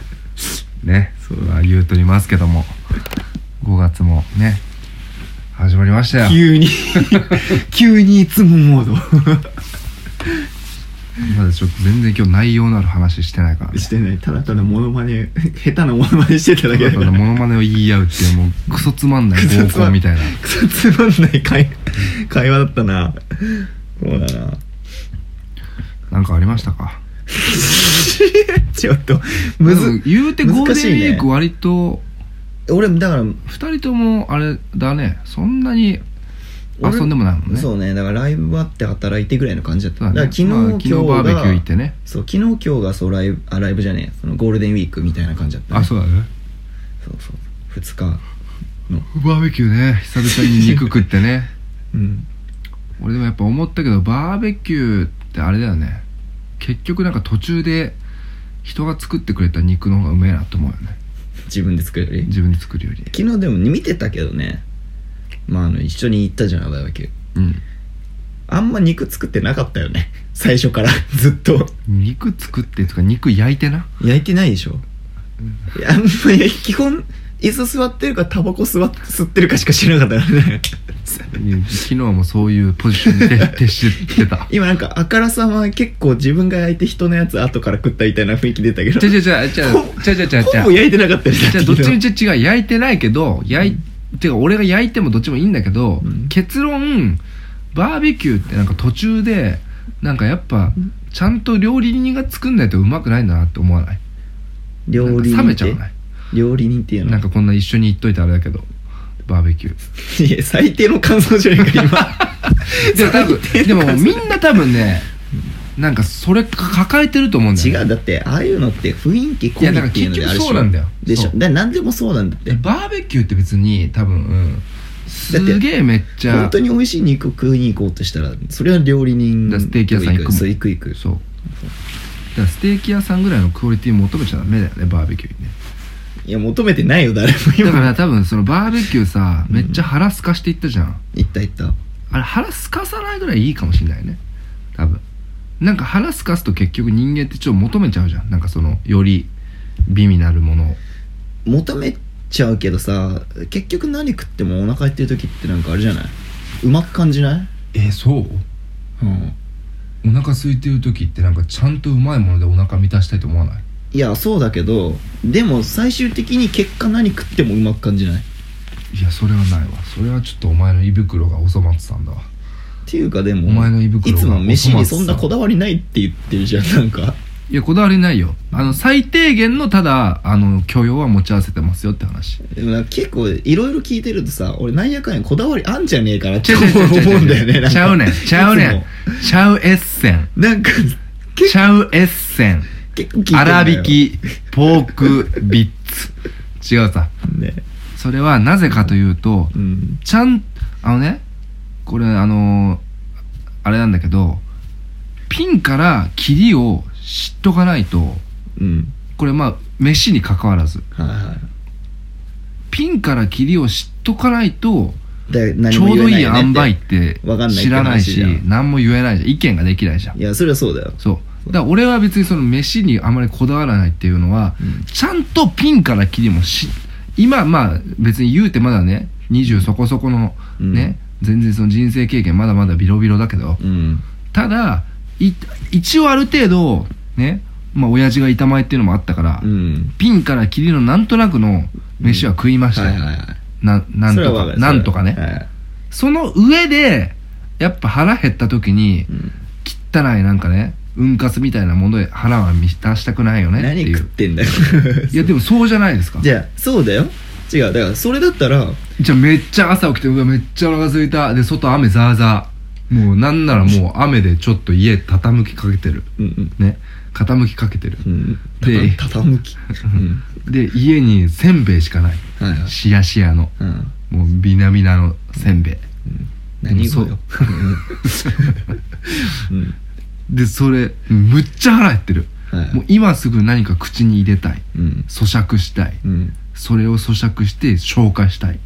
Speaker 1: [laughs] ねそうは言うとりますけども5月もね始まりましたよ
Speaker 2: 急
Speaker 1: [laughs]
Speaker 2: に急にいつもモー
Speaker 1: まだちょっと全然今日内容のある話してないから
Speaker 2: ド
Speaker 1: ね
Speaker 2: してないただただモノマネ下手なモノマネしてただけだ
Speaker 1: た
Speaker 2: か
Speaker 1: だ
Speaker 2: ら
Speaker 1: モノマネを言い合うっていうもうクソつまん [laughs] ない合コンみたいな
Speaker 2: クソつまんない会会話だったなそうだな [laughs]
Speaker 1: なんかありましたか
Speaker 2: ちょっとむず、
Speaker 1: でも言うてゴール
Speaker 2: 難しい
Speaker 1: デン
Speaker 2: ね
Speaker 1: ウィーク割と
Speaker 2: 俺だから
Speaker 1: 2人ともあれだねそんなに
Speaker 2: 俺
Speaker 1: 遊んでもないもんね
Speaker 2: そうねだからライブあって働いてぐらいの感じだった
Speaker 1: そうだ
Speaker 2: だか
Speaker 1: ね
Speaker 2: ら昨日、
Speaker 1: まあ
Speaker 2: 今
Speaker 1: 昨
Speaker 2: 日
Speaker 1: 日
Speaker 2: が
Speaker 1: バーベキュー行ってね
Speaker 2: そう昨日今日がそうライブあライブじゃねえやそのゴールデンウィークみたいな感じだったね、
Speaker 1: あそうだね
Speaker 2: そうそう2日の
Speaker 1: バーベキューね久々に肉食ってね
Speaker 2: うん
Speaker 1: 俺でもやっぱ思ったけどバーベキューってあれだよね結局なんか途中で人が作ってくれた肉の方がうめえなと思うよね
Speaker 2: 自分で作るより
Speaker 1: 自分で作るより
Speaker 2: 昨日でも見てたけどねまああの一緒に行ったじゃないバーベキュー
Speaker 1: うん
Speaker 2: あんま肉作ってなかったよね [laughs] 最初からずっと
Speaker 1: 肉作ってとか肉焼いてな
Speaker 2: 焼いてないでしょ、いやあんまり基本椅子座ってるかタバコ吸わ吸ってるかしか知らなかったからね [laughs]
Speaker 1: 昨日もそういうポジション [laughs] に徹徹してた
Speaker 2: 今なんかあからさま結構自分が焼いて人のやつ後から食ったみたいな雰囲気出たけど
Speaker 1: ちゃちゃちゃちゃちゃちゃちゃちゃ
Speaker 2: ほぼ焼いてなかったよね
Speaker 1: [laughs] じゃあどっちみち違う焼いてないけど焼い、てか俺が焼いてもどっちもいいんだけど、
Speaker 2: うん
Speaker 1: 結論バーベキューってなんか途中でなんかやっぱちゃんと料理人が作んないとうまくないんだなって思わない
Speaker 2: 料理人
Speaker 1: なんか冷め
Speaker 2: っ
Speaker 1: ちゃ
Speaker 2: て
Speaker 1: わない
Speaker 2: 料理人っていうの
Speaker 1: なんかこんな一緒に言っといてあれだけどバーベ
Speaker 2: [laughs]
Speaker 1: キュー
Speaker 2: いや最低の感想じゃねえか
Speaker 1: でも多分でもみんな多分ねなんかそれか抱えてると思 [laughs] うんだよ、
Speaker 2: 今
Speaker 1: ね、
Speaker 2: 違うだってああいうのって雰囲気込みっていうのであるでしょ
Speaker 1: いやだから結局そうなんだよ
Speaker 2: でしょ
Speaker 1: そう
Speaker 2: だ何でもそうなんだって
Speaker 1: でバーベキューって別に多分、うん、
Speaker 2: だって
Speaker 1: すげえめっちゃ
Speaker 2: 本当に美味しい肉食いに行こうとしたらそれは料理人
Speaker 1: だからステーキ屋さん行くもん
Speaker 2: そう行く行く
Speaker 1: そうだからステーキ屋さんぐらいのクオリティ求めちゃダメだよねバーベキューにね
Speaker 2: いや求めてないよ誰も
Speaker 1: だか
Speaker 2: 今
Speaker 1: ら多分そのバーベキューさめっちゃ腹すかしていったじゃん、
Speaker 2: [laughs] 行った行った
Speaker 1: あれ腹すかさないぐらいいいかもしれないね多分なんか腹すかすと結局人間ってちょっと求めちゃうじゃんなんかそのより美味なるものを
Speaker 2: 求めちゃうけどさ結局何食ってもお腹減ってる時ってなんかあれじゃないうまく感じない
Speaker 1: えそう
Speaker 2: うん
Speaker 1: お腹空いてる時ってなんかちゃんとうまいものでお腹満たしたいと思わない
Speaker 2: いやそうだけどでも最終的に結果何食ってもうまく感じない
Speaker 1: いやそれはないわそれはちょっとお前の胃袋がおそ松さんだわ
Speaker 2: っていうかでも
Speaker 1: お前の胃袋
Speaker 2: い
Speaker 1: が
Speaker 2: つも飯にそんなこだわりないって言ってるじゃんなんか
Speaker 1: いやこだわりないよあの最低限のただあの許容は持ち合わせてますよって話
Speaker 2: でもなんか結構いろいろ聞いてるとさ俺なんやかんやこだわりあんじゃねえからって
Speaker 1: 違
Speaker 2: 思うんだよねなんか
Speaker 1: ちゃうねんちゃうね
Speaker 2: いつ
Speaker 1: ん
Speaker 2: も
Speaker 1: ちゃうエッセン
Speaker 2: なんか
Speaker 1: ちゃうエッセン
Speaker 2: 結構聞いてる
Speaker 1: 粗挽きポークビッツ違うさ
Speaker 2: ね
Speaker 1: それはなぜかというと
Speaker 2: うん
Speaker 1: ちゃんあのねこれあのーあれなんだけどピンからキリを知っとかないと
Speaker 2: うん
Speaker 1: これまあ飯に関わらず
Speaker 2: はいは
Speaker 1: ピンからキリを知っとかないと
Speaker 2: いで何
Speaker 1: ち
Speaker 2: も
Speaker 1: ょうど
Speaker 2: 言
Speaker 1: い
Speaker 2: え
Speaker 1: い
Speaker 2: ないよね
Speaker 1: 塩梅
Speaker 2: っ
Speaker 1: って
Speaker 2: わかんないって話
Speaker 1: 知らないし
Speaker 2: じゃん
Speaker 1: 何も言えないじゃん意見ができないじゃん
Speaker 2: ていやそれはそうだよ
Speaker 1: そうだから俺は別にその飯にあまりこだわらないっていうのは、
Speaker 2: うん
Speaker 1: ちゃんとピンからキリもし今まあ別に言うてまだね20そこそこの
Speaker 2: うん
Speaker 1: ね、全然その人生経験まだまだビロビロだけど、
Speaker 2: うん
Speaker 1: ただい一応ある程度ねまあ親父が板前っていうのもあったから、
Speaker 2: うん
Speaker 1: ピンからキリのなんとなくの飯は食いました
Speaker 2: は
Speaker 1: よ、
Speaker 2: いはいはい
Speaker 1: ななん
Speaker 2: それは
Speaker 1: と
Speaker 2: わ
Speaker 1: か
Speaker 2: かる
Speaker 1: なんとかね、
Speaker 2: はい
Speaker 1: その上でやっぱ腹減った時に、
Speaker 2: うん
Speaker 1: 汚いなんかねうんかすみたいなもので腹は満たしたくないよねって
Speaker 2: 何
Speaker 1: い
Speaker 2: 食っ
Speaker 1: う
Speaker 2: てんだよ
Speaker 1: いやでもそうじゃないですか
Speaker 2: [laughs] じゃあそうだよ違うだからそれだったら
Speaker 1: じゃあめっちゃ朝起きてうわめっちゃお腹空いたで外雨ザーザーもうなんならもう雨でちょっと家傾きかけてる
Speaker 2: うんうん
Speaker 1: ね傾きかけてる
Speaker 2: うん
Speaker 1: で
Speaker 2: たたむきうん
Speaker 1: で家にせんべいしかない
Speaker 2: はいはい
Speaker 1: しやしやの
Speaker 2: うん
Speaker 1: もうビナビナのせんべい
Speaker 2: 何
Speaker 1: そ
Speaker 2: そううよ。うん
Speaker 1: でそれむっちゃ腹減ってる
Speaker 2: はい
Speaker 1: もう今すぐ何か口に入れたい
Speaker 2: うん
Speaker 1: 咀嚼したい
Speaker 2: うん
Speaker 1: それを咀嚼して消化したい
Speaker 2: はい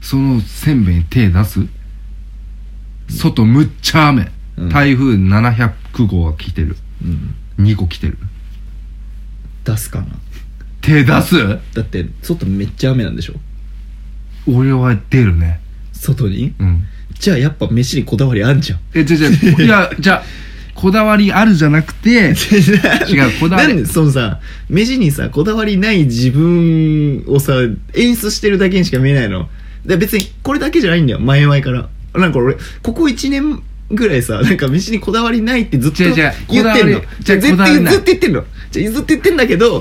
Speaker 1: そのせんべいに手出す外むっちゃ雨、
Speaker 2: うん
Speaker 1: 台風700号が来てる
Speaker 2: うん
Speaker 1: 2個来てる
Speaker 2: 出すかな
Speaker 1: 手出す
Speaker 2: だって外めっちゃ雨なんでしょ
Speaker 1: 俺は出るね
Speaker 2: 外に
Speaker 1: うん
Speaker 2: じゃあやっぱ飯にこだわりあんじゃん
Speaker 1: えじゃじゃ
Speaker 2: [laughs]
Speaker 1: いやじゃあこだわりあるじゃなくて [laughs] 違うこだわ
Speaker 2: なん
Speaker 1: り
Speaker 2: でそのさ飯にさこだわりない自分をさ演出してるだけにしか見えないので別にこれだけじゃないんだよ前々からなんか俺ここ1年ぐらいさなんか飯にこだわりないってずっと
Speaker 1: 違
Speaker 2: 言
Speaker 1: う
Speaker 2: って
Speaker 1: 違う
Speaker 2: んの
Speaker 1: じゃあ
Speaker 2: 絶
Speaker 1: こだわり
Speaker 2: 対
Speaker 1: ない
Speaker 2: ずっと言ってんのじゃあずっと言ってんだけど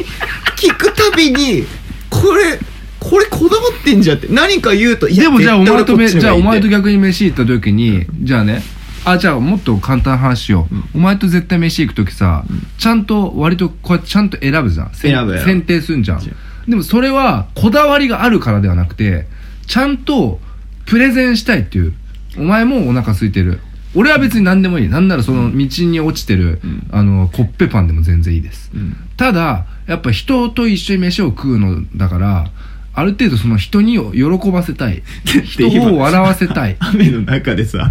Speaker 2: 聞くたびにこれこれこだわってんじゃんって何か言うといや
Speaker 1: でもじゃあお前とめ
Speaker 2: 絶
Speaker 1: じゃ
Speaker 2: 対
Speaker 1: あお
Speaker 2: 俺こっちの
Speaker 1: 前と
Speaker 2: 方がいいって
Speaker 1: 逆に飯行った時に、じゃあねあじゃあもっと簡単な話しよう、お前と絶対飯行く時さ、ちゃんと割とこうやってちゃんと選ぶじゃんせん
Speaker 2: 選ぶよ
Speaker 1: 選定すんじゃん
Speaker 2: じゃ
Speaker 1: でもそれはこだわりがあるからではなくてちゃんとプレゼンしたいっていうお前もお腹空いてる俺は別に何でもいいなんならその道に落ちてる、
Speaker 2: ん
Speaker 1: あのコッペパンでも全然いいです、
Speaker 2: うん
Speaker 1: ただやっぱ人と一緒に飯を食うのだからある程度その人に喜ばせたい人
Speaker 2: 今
Speaker 1: を笑わせた
Speaker 2: [laughs]
Speaker 1: い
Speaker 2: 雨の中でさ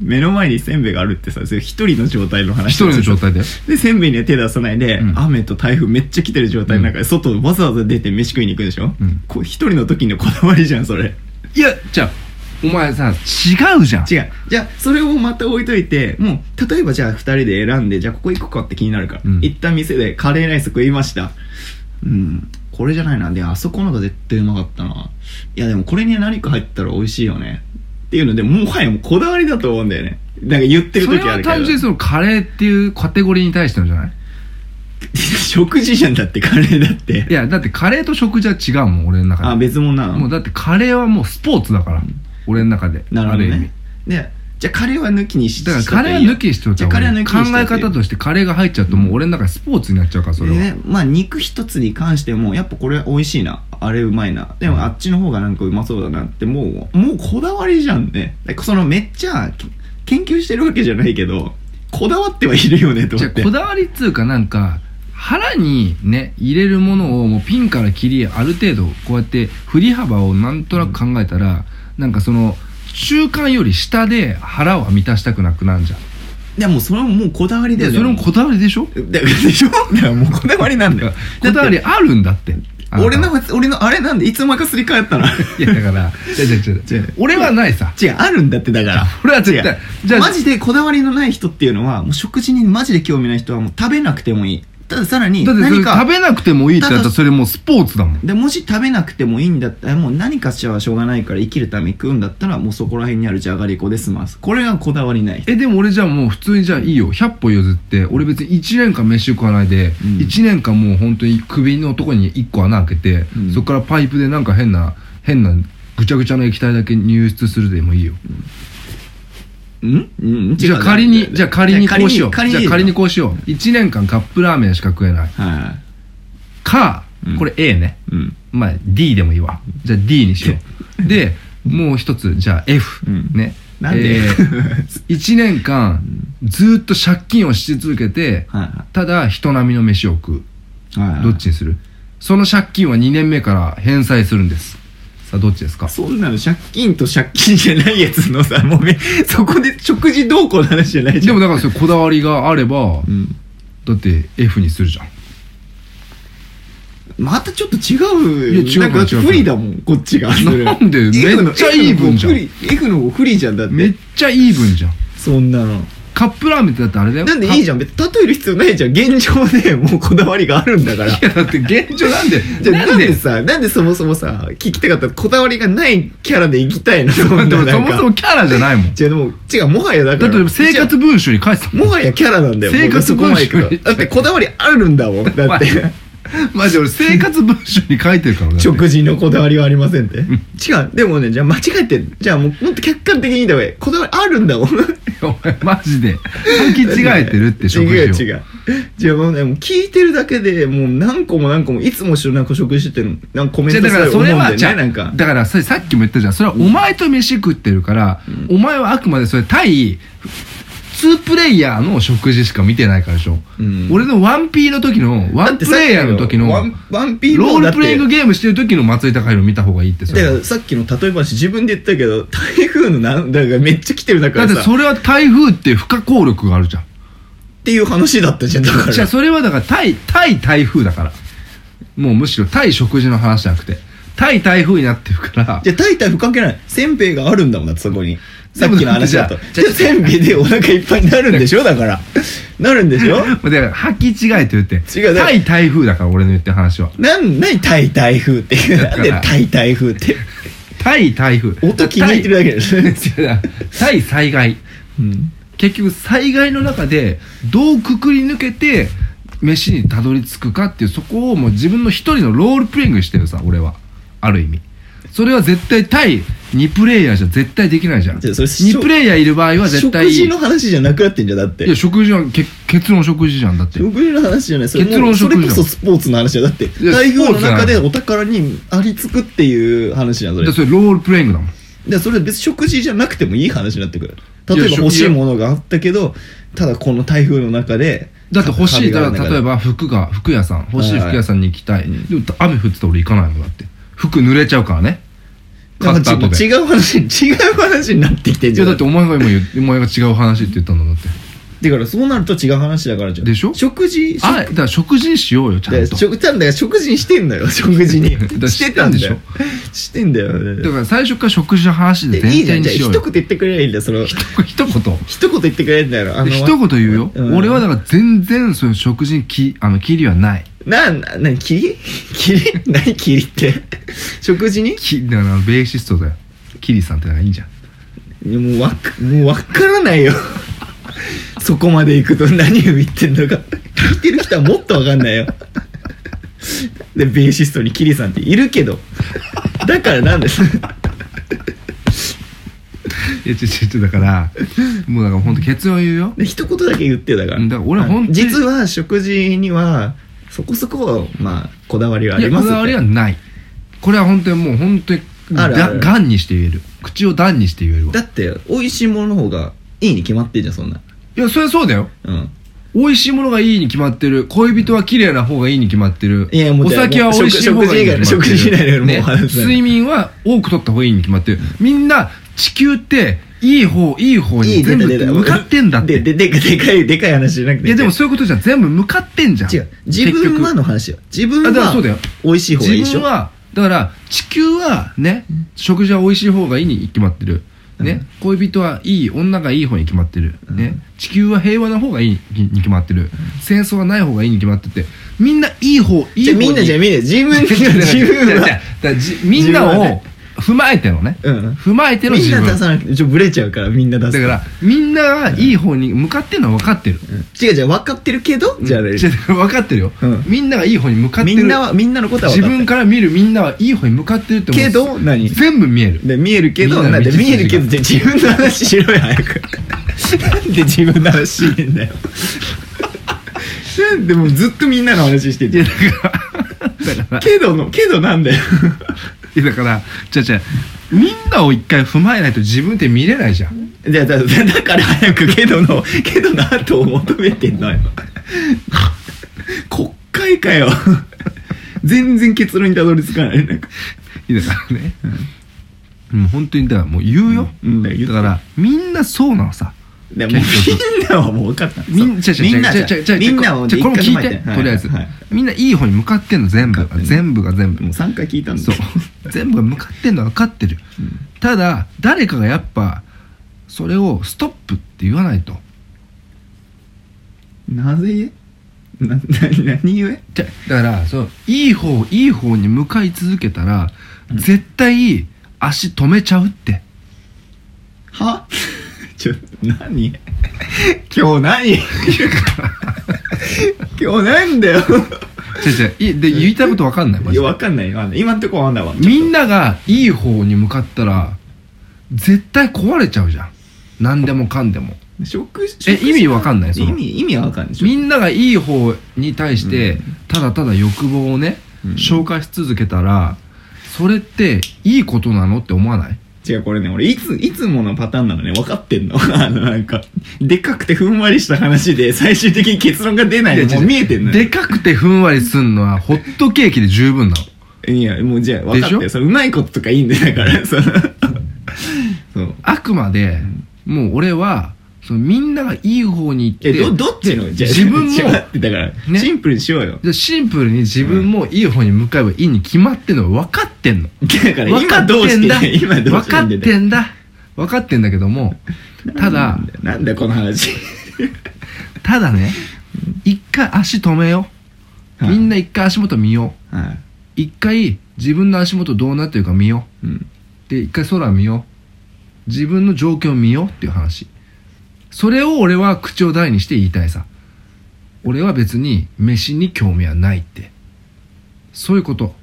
Speaker 2: 目の前にせんべいがあるってさそれ一人の状態の話
Speaker 1: 一人の状態で
Speaker 2: でせんべいには手出さないで、
Speaker 1: うん
Speaker 2: 雨と台風めっちゃ来てる状態の中で外わざわざ出て飯食いに行くでしょ、
Speaker 1: うん
Speaker 2: こう一人の時のこだわりじゃんそれ
Speaker 1: いやじゃあお前さ違うじゃん
Speaker 2: 違うじゃあそれをまた置いといてもう例えばじゃあ2人で選んでじゃあここ行くかって気になるから、
Speaker 1: うん
Speaker 2: 行った店でカレーライス食いましたうんこれじゃないなであそこのが絶対うまかったないやでもこれに何か入ったら美味しいよねっていうのでもはやもうこだわりだと思うんだよねなんか言ってる
Speaker 1: それ
Speaker 2: 時あ
Speaker 1: は
Speaker 2: るけど
Speaker 1: 単純にそのカレーっていうカテゴリーに対してのじゃない
Speaker 2: [laughs] 食事じゃんだってカレーだって
Speaker 1: いやだってカレーと食事は違うもん俺の中で
Speaker 2: あ別物なの
Speaker 1: もうだってカレーはもうスポーツだから、俺の中で
Speaker 2: なるほど
Speaker 1: ある意
Speaker 2: ね
Speaker 1: 味
Speaker 2: でじゃあカレーは抜きにし
Speaker 1: だからカレーは抜きにしとい
Speaker 2: じ
Speaker 1: た
Speaker 2: ゃあ
Speaker 1: 方
Speaker 2: カ
Speaker 1: が
Speaker 2: レーは抜きにし
Speaker 1: 考え方と
Speaker 2: し
Speaker 1: してカレーが入っちゃうともう俺の中でスポーツになっちゃうからそ
Speaker 2: て
Speaker 1: れ
Speaker 2: よ
Speaker 1: は、
Speaker 2: でねまあ肉一つに関してもやっぱこれ美味しいなあれうまいなでもあっちの方がなんかうまそうだなってもうもうこだわりじゃんねだからそのめっちゃ研究してるわけじゃないけどこだわってはいるよねと思
Speaker 1: じゃ
Speaker 2: っ
Speaker 1: あ
Speaker 2: て
Speaker 1: こだわりっつうかなんか腹にね入れるものをもうピンから切りある程度こうやって振り幅をなんとなく考えたら、なんかその中間より下で腹は満たしたくなくなんじゃん
Speaker 2: でもそれももうこだわり
Speaker 1: い
Speaker 2: だ
Speaker 1: や
Speaker 2: よ
Speaker 1: それもこだわりでしょこ
Speaker 2: だでしょだからもうこだわりなんだよ
Speaker 1: だわりあるんだってあなた
Speaker 2: 俺の俺のあれなんでいつまかすり替えたの [laughs]
Speaker 1: いやだから違う違う違う
Speaker 2: 違う
Speaker 1: 俺はないさ
Speaker 2: 違うあるんだってだから
Speaker 1: 俺は絶対
Speaker 2: 違うマジでこだわりのない人っていうのはもう食事にマジで興味ない人はもう食べなくてもいいたださらに
Speaker 1: だってそれ
Speaker 2: 何か
Speaker 1: 食べなくてもいいってなったらそれもうスポーツだもん
Speaker 2: でもし食べなくてもいいんだったらもう何かしらはしょうがないから生きるために食うんだったらもうそこら辺にあるじゃがりこで済ますこれがこだわりない人
Speaker 1: えでも俺じゃあもう普通にじゃあいいよ100歩譲って俺別に1年間飯食わないで、
Speaker 2: うん
Speaker 1: 1年間もう本当に首のとこに1個穴開けて、
Speaker 2: うん
Speaker 1: そこからパイプでなんか変な変なぐちゃぐちゃの液体だけ入出するでもいいよ、
Speaker 2: んうん違う
Speaker 1: じゃあ仮にじゃあ仮にこうしよう
Speaker 2: 仮に
Speaker 1: じゃあ仮に
Speaker 2: こ
Speaker 1: こうしよう1年間カップラーメンしか食えないう
Speaker 2: は
Speaker 1: か、
Speaker 2: うん
Speaker 1: これ A ね
Speaker 2: いうん
Speaker 1: まあ D でもいいわじゃあ D にしよ
Speaker 2: [laughs]
Speaker 1: うでもう一つじゃあ F、
Speaker 2: うん
Speaker 1: ね
Speaker 2: なんで
Speaker 1: え1年間ずーっと借金をし続
Speaker 2: [laughs]
Speaker 1: けて
Speaker 2: [laughs] はい
Speaker 1: ただ人並みの飯を食う
Speaker 2: はいはい
Speaker 1: どっちにするその借金は2年目から返済するんですさあどっちですか
Speaker 2: そんなの借金と借金じゃないやつのさ、もうめ、そこで食事動向の話じゃないじ
Speaker 1: で
Speaker 2: ゃん。
Speaker 1: もだからそれこだわりがあれば
Speaker 2: うん。
Speaker 1: だって F にするじゃん
Speaker 2: またちょっと違う。
Speaker 1: いや違うから
Speaker 2: なんか
Speaker 1: 違うから
Speaker 2: 不利だもん、こっちが。それは
Speaker 1: なんで
Speaker 2: F の
Speaker 1: めっちゃいい分じゃん
Speaker 2: F の方不利 F の方不利じゃん、だっ。
Speaker 1: めってちゃイーブンじゃん
Speaker 2: そんなの。
Speaker 1: カップラーメンってだってあれだよ
Speaker 2: なんでいいじゃん。別に例える必要ないじゃん。現状でもうこだわりがあるんだから。
Speaker 1: いやだって現状なんで
Speaker 2: じゃあなんでさ、なんでそもそもさ、聞きたかったらこだわりがないキャラでいきたいのそんな
Speaker 1: [laughs] でも
Speaker 2: な
Speaker 1: そ
Speaker 2: ん
Speaker 1: も
Speaker 2: か
Speaker 1: そもキャラじゃないもん
Speaker 2: じゃあでも、違う、もはやだか
Speaker 1: だ
Speaker 2: ら。
Speaker 1: って生活文集に書いてたもん
Speaker 2: もはやキャラなんだよ。
Speaker 1: 生活
Speaker 2: もうそこまで行く
Speaker 1: 文章に
Speaker 2: とだってこだわりあるんだもん。だって。
Speaker 1: マジ俺生活文書に書いてるからね
Speaker 2: 食事のこだわりはありませんって。違う。でもね、じゃあ間違えて、じゃあもうもっと客観的に言った方がいい。こだわりあるんだもん。
Speaker 1: お前マジで履き違えてるって食事を
Speaker 2: 違う違う。じゃあもうね、もう聞いてるだけでもう何個も何個も、いつも一緒になんか食事してるの。なんかコメン
Speaker 1: じゃ
Speaker 2: ト
Speaker 1: あだか
Speaker 2: される
Speaker 1: ら
Speaker 2: と
Speaker 1: そ
Speaker 2: 思う
Speaker 1: れ
Speaker 2: んだ
Speaker 1: は
Speaker 2: よ
Speaker 1: じゃ
Speaker 2: ね。
Speaker 1: あ
Speaker 2: なんか。
Speaker 1: だからそれさっきも言ったじゃんそれはお前と飯食ってるから、お前はあくまでそれ対2プレイヤーの食事しか見てないからでしょ、
Speaker 2: うん
Speaker 1: 俺の 1P の時の
Speaker 2: だ
Speaker 1: 1
Speaker 2: って
Speaker 1: プ
Speaker 2: さっき
Speaker 1: レイヤーの時の
Speaker 2: ワ
Speaker 1: ロ
Speaker 2: ンワンピーも
Speaker 1: ー
Speaker 2: だって
Speaker 1: ルプレイングゲームしてる時の松井隆弘見た方がいいってそ
Speaker 2: だ
Speaker 1: れ
Speaker 2: からさっきの例え話自分で言ったけど、台風のなん、だからめっちゃ来てるだか
Speaker 1: だっ
Speaker 2: ら
Speaker 1: て
Speaker 2: さ。
Speaker 1: それは台風って不可抗力があるじゃん
Speaker 2: っていう話だったじゃん、だから。
Speaker 1: じゃあそれはだから対対台風だからもうむしろ対食事の話じゃなくて対台風になってるから
Speaker 2: じゃあ、タイタイ不関係ない。せんべいがあるんだもんだって、そこに。
Speaker 1: で
Speaker 2: さ
Speaker 1: も
Speaker 2: っきの話だと
Speaker 1: だっ。て
Speaker 2: じゃあ、せんべいでお腹いっぱいになるんでしょだから。なるんでしょ
Speaker 1: [laughs] だから履き違えてるって
Speaker 2: 違うだから
Speaker 1: 対台風だから俺の言ってる話は
Speaker 2: なん、なにタイタイ風って。
Speaker 1: だ
Speaker 2: な
Speaker 1: か
Speaker 2: ん
Speaker 1: ら
Speaker 2: でタイタイ風って。
Speaker 1: 対台風
Speaker 2: 音気に入ってるだけです
Speaker 1: 対 [laughs] 違うな対災害
Speaker 2: うん。
Speaker 1: 結局災害の中でどうくくり抜けて飯にたどり着くかっていうそこをもう自分の一人のロールプレイングしてるさ俺はある意味それは絶対対2プレイヤーじゃ絶対できないじゃん
Speaker 2: じゃあそれ
Speaker 1: 2プレイヤーいる場合は絶対
Speaker 2: 食事の話じゃなくなってんじゃん、だっ
Speaker 1: いや
Speaker 2: て。
Speaker 1: 食事はけ結論食事じゃんだって
Speaker 2: 食事の話じゃない。それ
Speaker 1: 結論
Speaker 2: もそ
Speaker 1: 食事
Speaker 2: れ
Speaker 1: じゃん
Speaker 2: こそスポーツの話じゃん。だって、
Speaker 1: や
Speaker 2: 台風の中で
Speaker 1: ス
Speaker 2: お宝にありつくっていう話じゃん、それ
Speaker 1: で。それロールプレイングだもん
Speaker 2: でそれ別に食事じゃなくてもいい話になってくる
Speaker 1: いや
Speaker 2: 例えば
Speaker 1: 食
Speaker 2: 欲
Speaker 1: 事
Speaker 2: しいものがあったけどただこの台風の中で
Speaker 1: だって欲しい
Speaker 2: か
Speaker 1: だ
Speaker 2: 壁があ
Speaker 1: から
Speaker 2: る中で
Speaker 1: 例えば服が服屋さん欲しい
Speaker 2: はいはい
Speaker 1: 服屋さんに行きたい、
Speaker 2: うん
Speaker 1: でも雨降ってたら俺行かないもんだって服濡れちゃうからね買った後
Speaker 2: なんか
Speaker 1: で
Speaker 2: 違う話違う話になってきてん
Speaker 1: い
Speaker 2: じゃ
Speaker 1: や
Speaker 2: ん
Speaker 1: だってお前が今言うお前が違う話って言ったんだもんだって
Speaker 2: だからそうなると違う話だからじゃん
Speaker 1: でしょ
Speaker 2: 食事
Speaker 1: あだから食事にしようよちゃん
Speaker 2: で
Speaker 1: と
Speaker 2: 食ちゃんだから食事にしてんの
Speaker 1: [laughs]
Speaker 2: よ食事に
Speaker 1: から
Speaker 2: してたんだ
Speaker 1: してん
Speaker 2: よしてんだよ
Speaker 1: だから最初から食事の話で
Speaker 2: で
Speaker 1: 前
Speaker 2: いいじゃ
Speaker 1: 提
Speaker 2: ん
Speaker 1: に
Speaker 2: じゃあ
Speaker 1: し
Speaker 2: 一
Speaker 1: よ
Speaker 2: 言
Speaker 1: うよ
Speaker 2: 言ってくれりゃいいんだよその
Speaker 1: 一言
Speaker 2: 一言言ってくれりゃいいんだよあの
Speaker 1: で一言言うよ、
Speaker 2: うん
Speaker 1: 俺はだから全然その食事にきあの切りはない
Speaker 2: ななな霧霧 [laughs] 何霧って食事に
Speaker 1: きだからあのベーシストだよキリさんってのがいいんじゃん
Speaker 2: いやもうわっ、もうわからないよ。 [laughs] そこまで行くと何を言ってんのか聞いてる人はもっと分かんないよでベーシストにキリさんっているけどだからなんです
Speaker 1: いやちょちょちょだからもうだから本当結論言うよ
Speaker 2: で一言だけ言ってよだから
Speaker 1: うんだから俺は本当に
Speaker 2: 実は食事にはそこそこまあこだわりはあります
Speaker 1: いやこだわりはないこれは本当にもう本当に
Speaker 2: あるある
Speaker 1: ががんにして言える口を段にして言えるわ
Speaker 2: だって美味しいものの方がいいに決まってんじゃんそんない
Speaker 1: やそれはそうだよ
Speaker 2: うん
Speaker 1: 美味しいものがいいに決まってる恋人は綺麗な方がいいに決まってる
Speaker 2: いやもう
Speaker 1: お酒は美味しい方がいいに決まっ
Speaker 2: 食
Speaker 1: てる
Speaker 2: 事以外の食事以外のもう
Speaker 1: ね
Speaker 2: 話せない
Speaker 1: 睡眠は多く取った方がいいに決まってるみんな地球っていい方いい方に全部
Speaker 2: 出た出た
Speaker 1: 向かってんだって
Speaker 2: でででででかいでかい話じゃなくて
Speaker 1: いやでもそういうことじゃん全部向かってんじゃん
Speaker 2: 違う自分はの話よ自分
Speaker 1: あだからそうだよ
Speaker 2: は美味しい方がいいで
Speaker 1: 自
Speaker 2: しょ
Speaker 1: 分はだから地球はね食事は美味しい方がいいに決まってるね、恋人はいい女がいい方に決まってる、
Speaker 2: う
Speaker 1: ね地球は平和な方がいいに決まってる、戦争はない方がいいに決まっててみんないい方いい
Speaker 2: じ
Speaker 1: 方
Speaker 2: ゃあ
Speaker 1: に
Speaker 2: みんなじゃあみんな自分自分は
Speaker 1: [laughs] じゃあじゃあじみんな
Speaker 2: 自分は
Speaker 1: を
Speaker 2: ね
Speaker 1: 踏まえてのね、
Speaker 2: うん
Speaker 1: 踏まえての
Speaker 2: みん
Speaker 1: 自
Speaker 2: な
Speaker 1: 分
Speaker 2: 出さなくてちょブレちゃうからみんな出
Speaker 1: だ
Speaker 2: す
Speaker 1: からみんながいい方に向かってるのは分かってる、
Speaker 2: うん違うじゃあ分かってるけどじゃあね
Speaker 1: 違う分かってるよ、
Speaker 2: うん
Speaker 1: みんながいい方に向かって
Speaker 2: み
Speaker 1: る
Speaker 2: んなはみんなのことは
Speaker 1: 自
Speaker 2: 分かってる
Speaker 1: 分から見るみんなはいい方に向かってるって思う
Speaker 2: けど何
Speaker 1: 全部見える
Speaker 2: で見えるけど
Speaker 1: みんな
Speaker 2: な
Speaker 1: の
Speaker 2: んで
Speaker 1: 道筋
Speaker 2: 見
Speaker 1: が
Speaker 2: えるけどじゃあ自分の話しろよ早くなんで自分の話してんだよなんでもうずっとみんなの話して
Speaker 1: いや
Speaker 2: て
Speaker 1: だからだから
Speaker 2: けどのけどなんだよ
Speaker 1: いやだからじゃじゃみんなを一回踏まえないと自分って見れないじゃん
Speaker 2: じゃあだだから早くけどのけどの後を求めてんのよ国会かよ全然結論にたどり着かないなんか
Speaker 1: いやだからね、もう本当にだからもう言うよ、
Speaker 2: うんだよ
Speaker 1: だからみんなそうなのさ
Speaker 2: でもみんなはもう分かった
Speaker 1: みん
Speaker 2: そ
Speaker 1: 違
Speaker 2: うみ
Speaker 1: う違う違う
Speaker 2: んなじゃ
Speaker 1: 違う違う
Speaker 2: みんなはもう
Speaker 1: 違うこれも
Speaker 2: 一
Speaker 1: 聞
Speaker 2: 回
Speaker 1: いて
Speaker 2: 踏まえ
Speaker 1: とりあえず、
Speaker 2: はいはい
Speaker 1: みんないい方に向かってんの全部
Speaker 2: 向かってん
Speaker 1: が
Speaker 2: の
Speaker 1: 全部が全部
Speaker 2: もう3回聞いたんだ
Speaker 1: そう
Speaker 2: [laughs]
Speaker 1: 全部が向かってんのは分かってる、ただ誰かがやっぱそれをストップって言わないと
Speaker 2: なぜな、な、何故
Speaker 1: じゃだからそのいい方いい方に向かい続けたら、絶対足止めちゃうって
Speaker 2: は [laughs] ちょ、何今日何今日何だよ
Speaker 1: 違う違ういで言いたいこと分かんないマ
Speaker 2: い
Speaker 1: ジ
Speaker 2: や、
Speaker 1: で
Speaker 2: わかんないよ。あの今んとこわかんないわ。
Speaker 1: みんながいい方に向かったら絶対壊れちゃうじゃん何でもかんでも
Speaker 2: 食事
Speaker 1: え意味わかんないそ
Speaker 2: 意
Speaker 1: の
Speaker 2: 味、意味はわかんない。
Speaker 1: みんながいい方に対して、
Speaker 2: うん
Speaker 1: ただただ欲望をね、
Speaker 2: うん
Speaker 1: 消化し続けたらそれっていいことなのって思わない
Speaker 2: 違う、これね、俺、いつ、いつものパターンなのね、分かってんの。 [laughs] あの、なんか、でかくてふんわりした話で、最終的に結論が出ない
Speaker 1: いや
Speaker 2: の、もう見えてんの
Speaker 1: で
Speaker 2: よ。
Speaker 1: かくてふんわりすんのはホットケーキで十分なの
Speaker 2: いや、もうじゃあ、分かって
Speaker 1: でしょ
Speaker 2: よ。そのうまいこととかいいんだよだから、 [laughs] そのそう。
Speaker 1: あくまで、もう俺はそのみんながいい方に行っ
Speaker 2: え
Speaker 1: て
Speaker 2: どどっちのじゃあ
Speaker 1: 自分
Speaker 2: [laughs]
Speaker 1: も
Speaker 2: 違うってだから、
Speaker 1: ね
Speaker 2: シンプルにしようよ
Speaker 1: じゃあシンプルに自分もいい方に向かえばいいに決まってんの分かってんの
Speaker 2: だから
Speaker 1: 分か
Speaker 2: 今
Speaker 1: っ
Speaker 2: どう
Speaker 1: て
Speaker 2: し
Speaker 1: んだ
Speaker 2: て今どう
Speaker 1: 分
Speaker 2: して
Speaker 1: か
Speaker 2: ん
Speaker 1: っ
Speaker 2: だ
Speaker 1: てんだ分かってんだけどもただ
Speaker 2: なんだよこの話
Speaker 1: ただね一回足止めよう
Speaker 2: はい
Speaker 1: [laughs] みんな一回足元見よ
Speaker 2: は
Speaker 1: う一回自分の足元どうなってるか見よ
Speaker 2: い、うん、
Speaker 1: うで一回空見よう自分の状況を見ようっていう話それを俺は口を大にして言いたいさ俺は別に飯に興味はないってそういうこと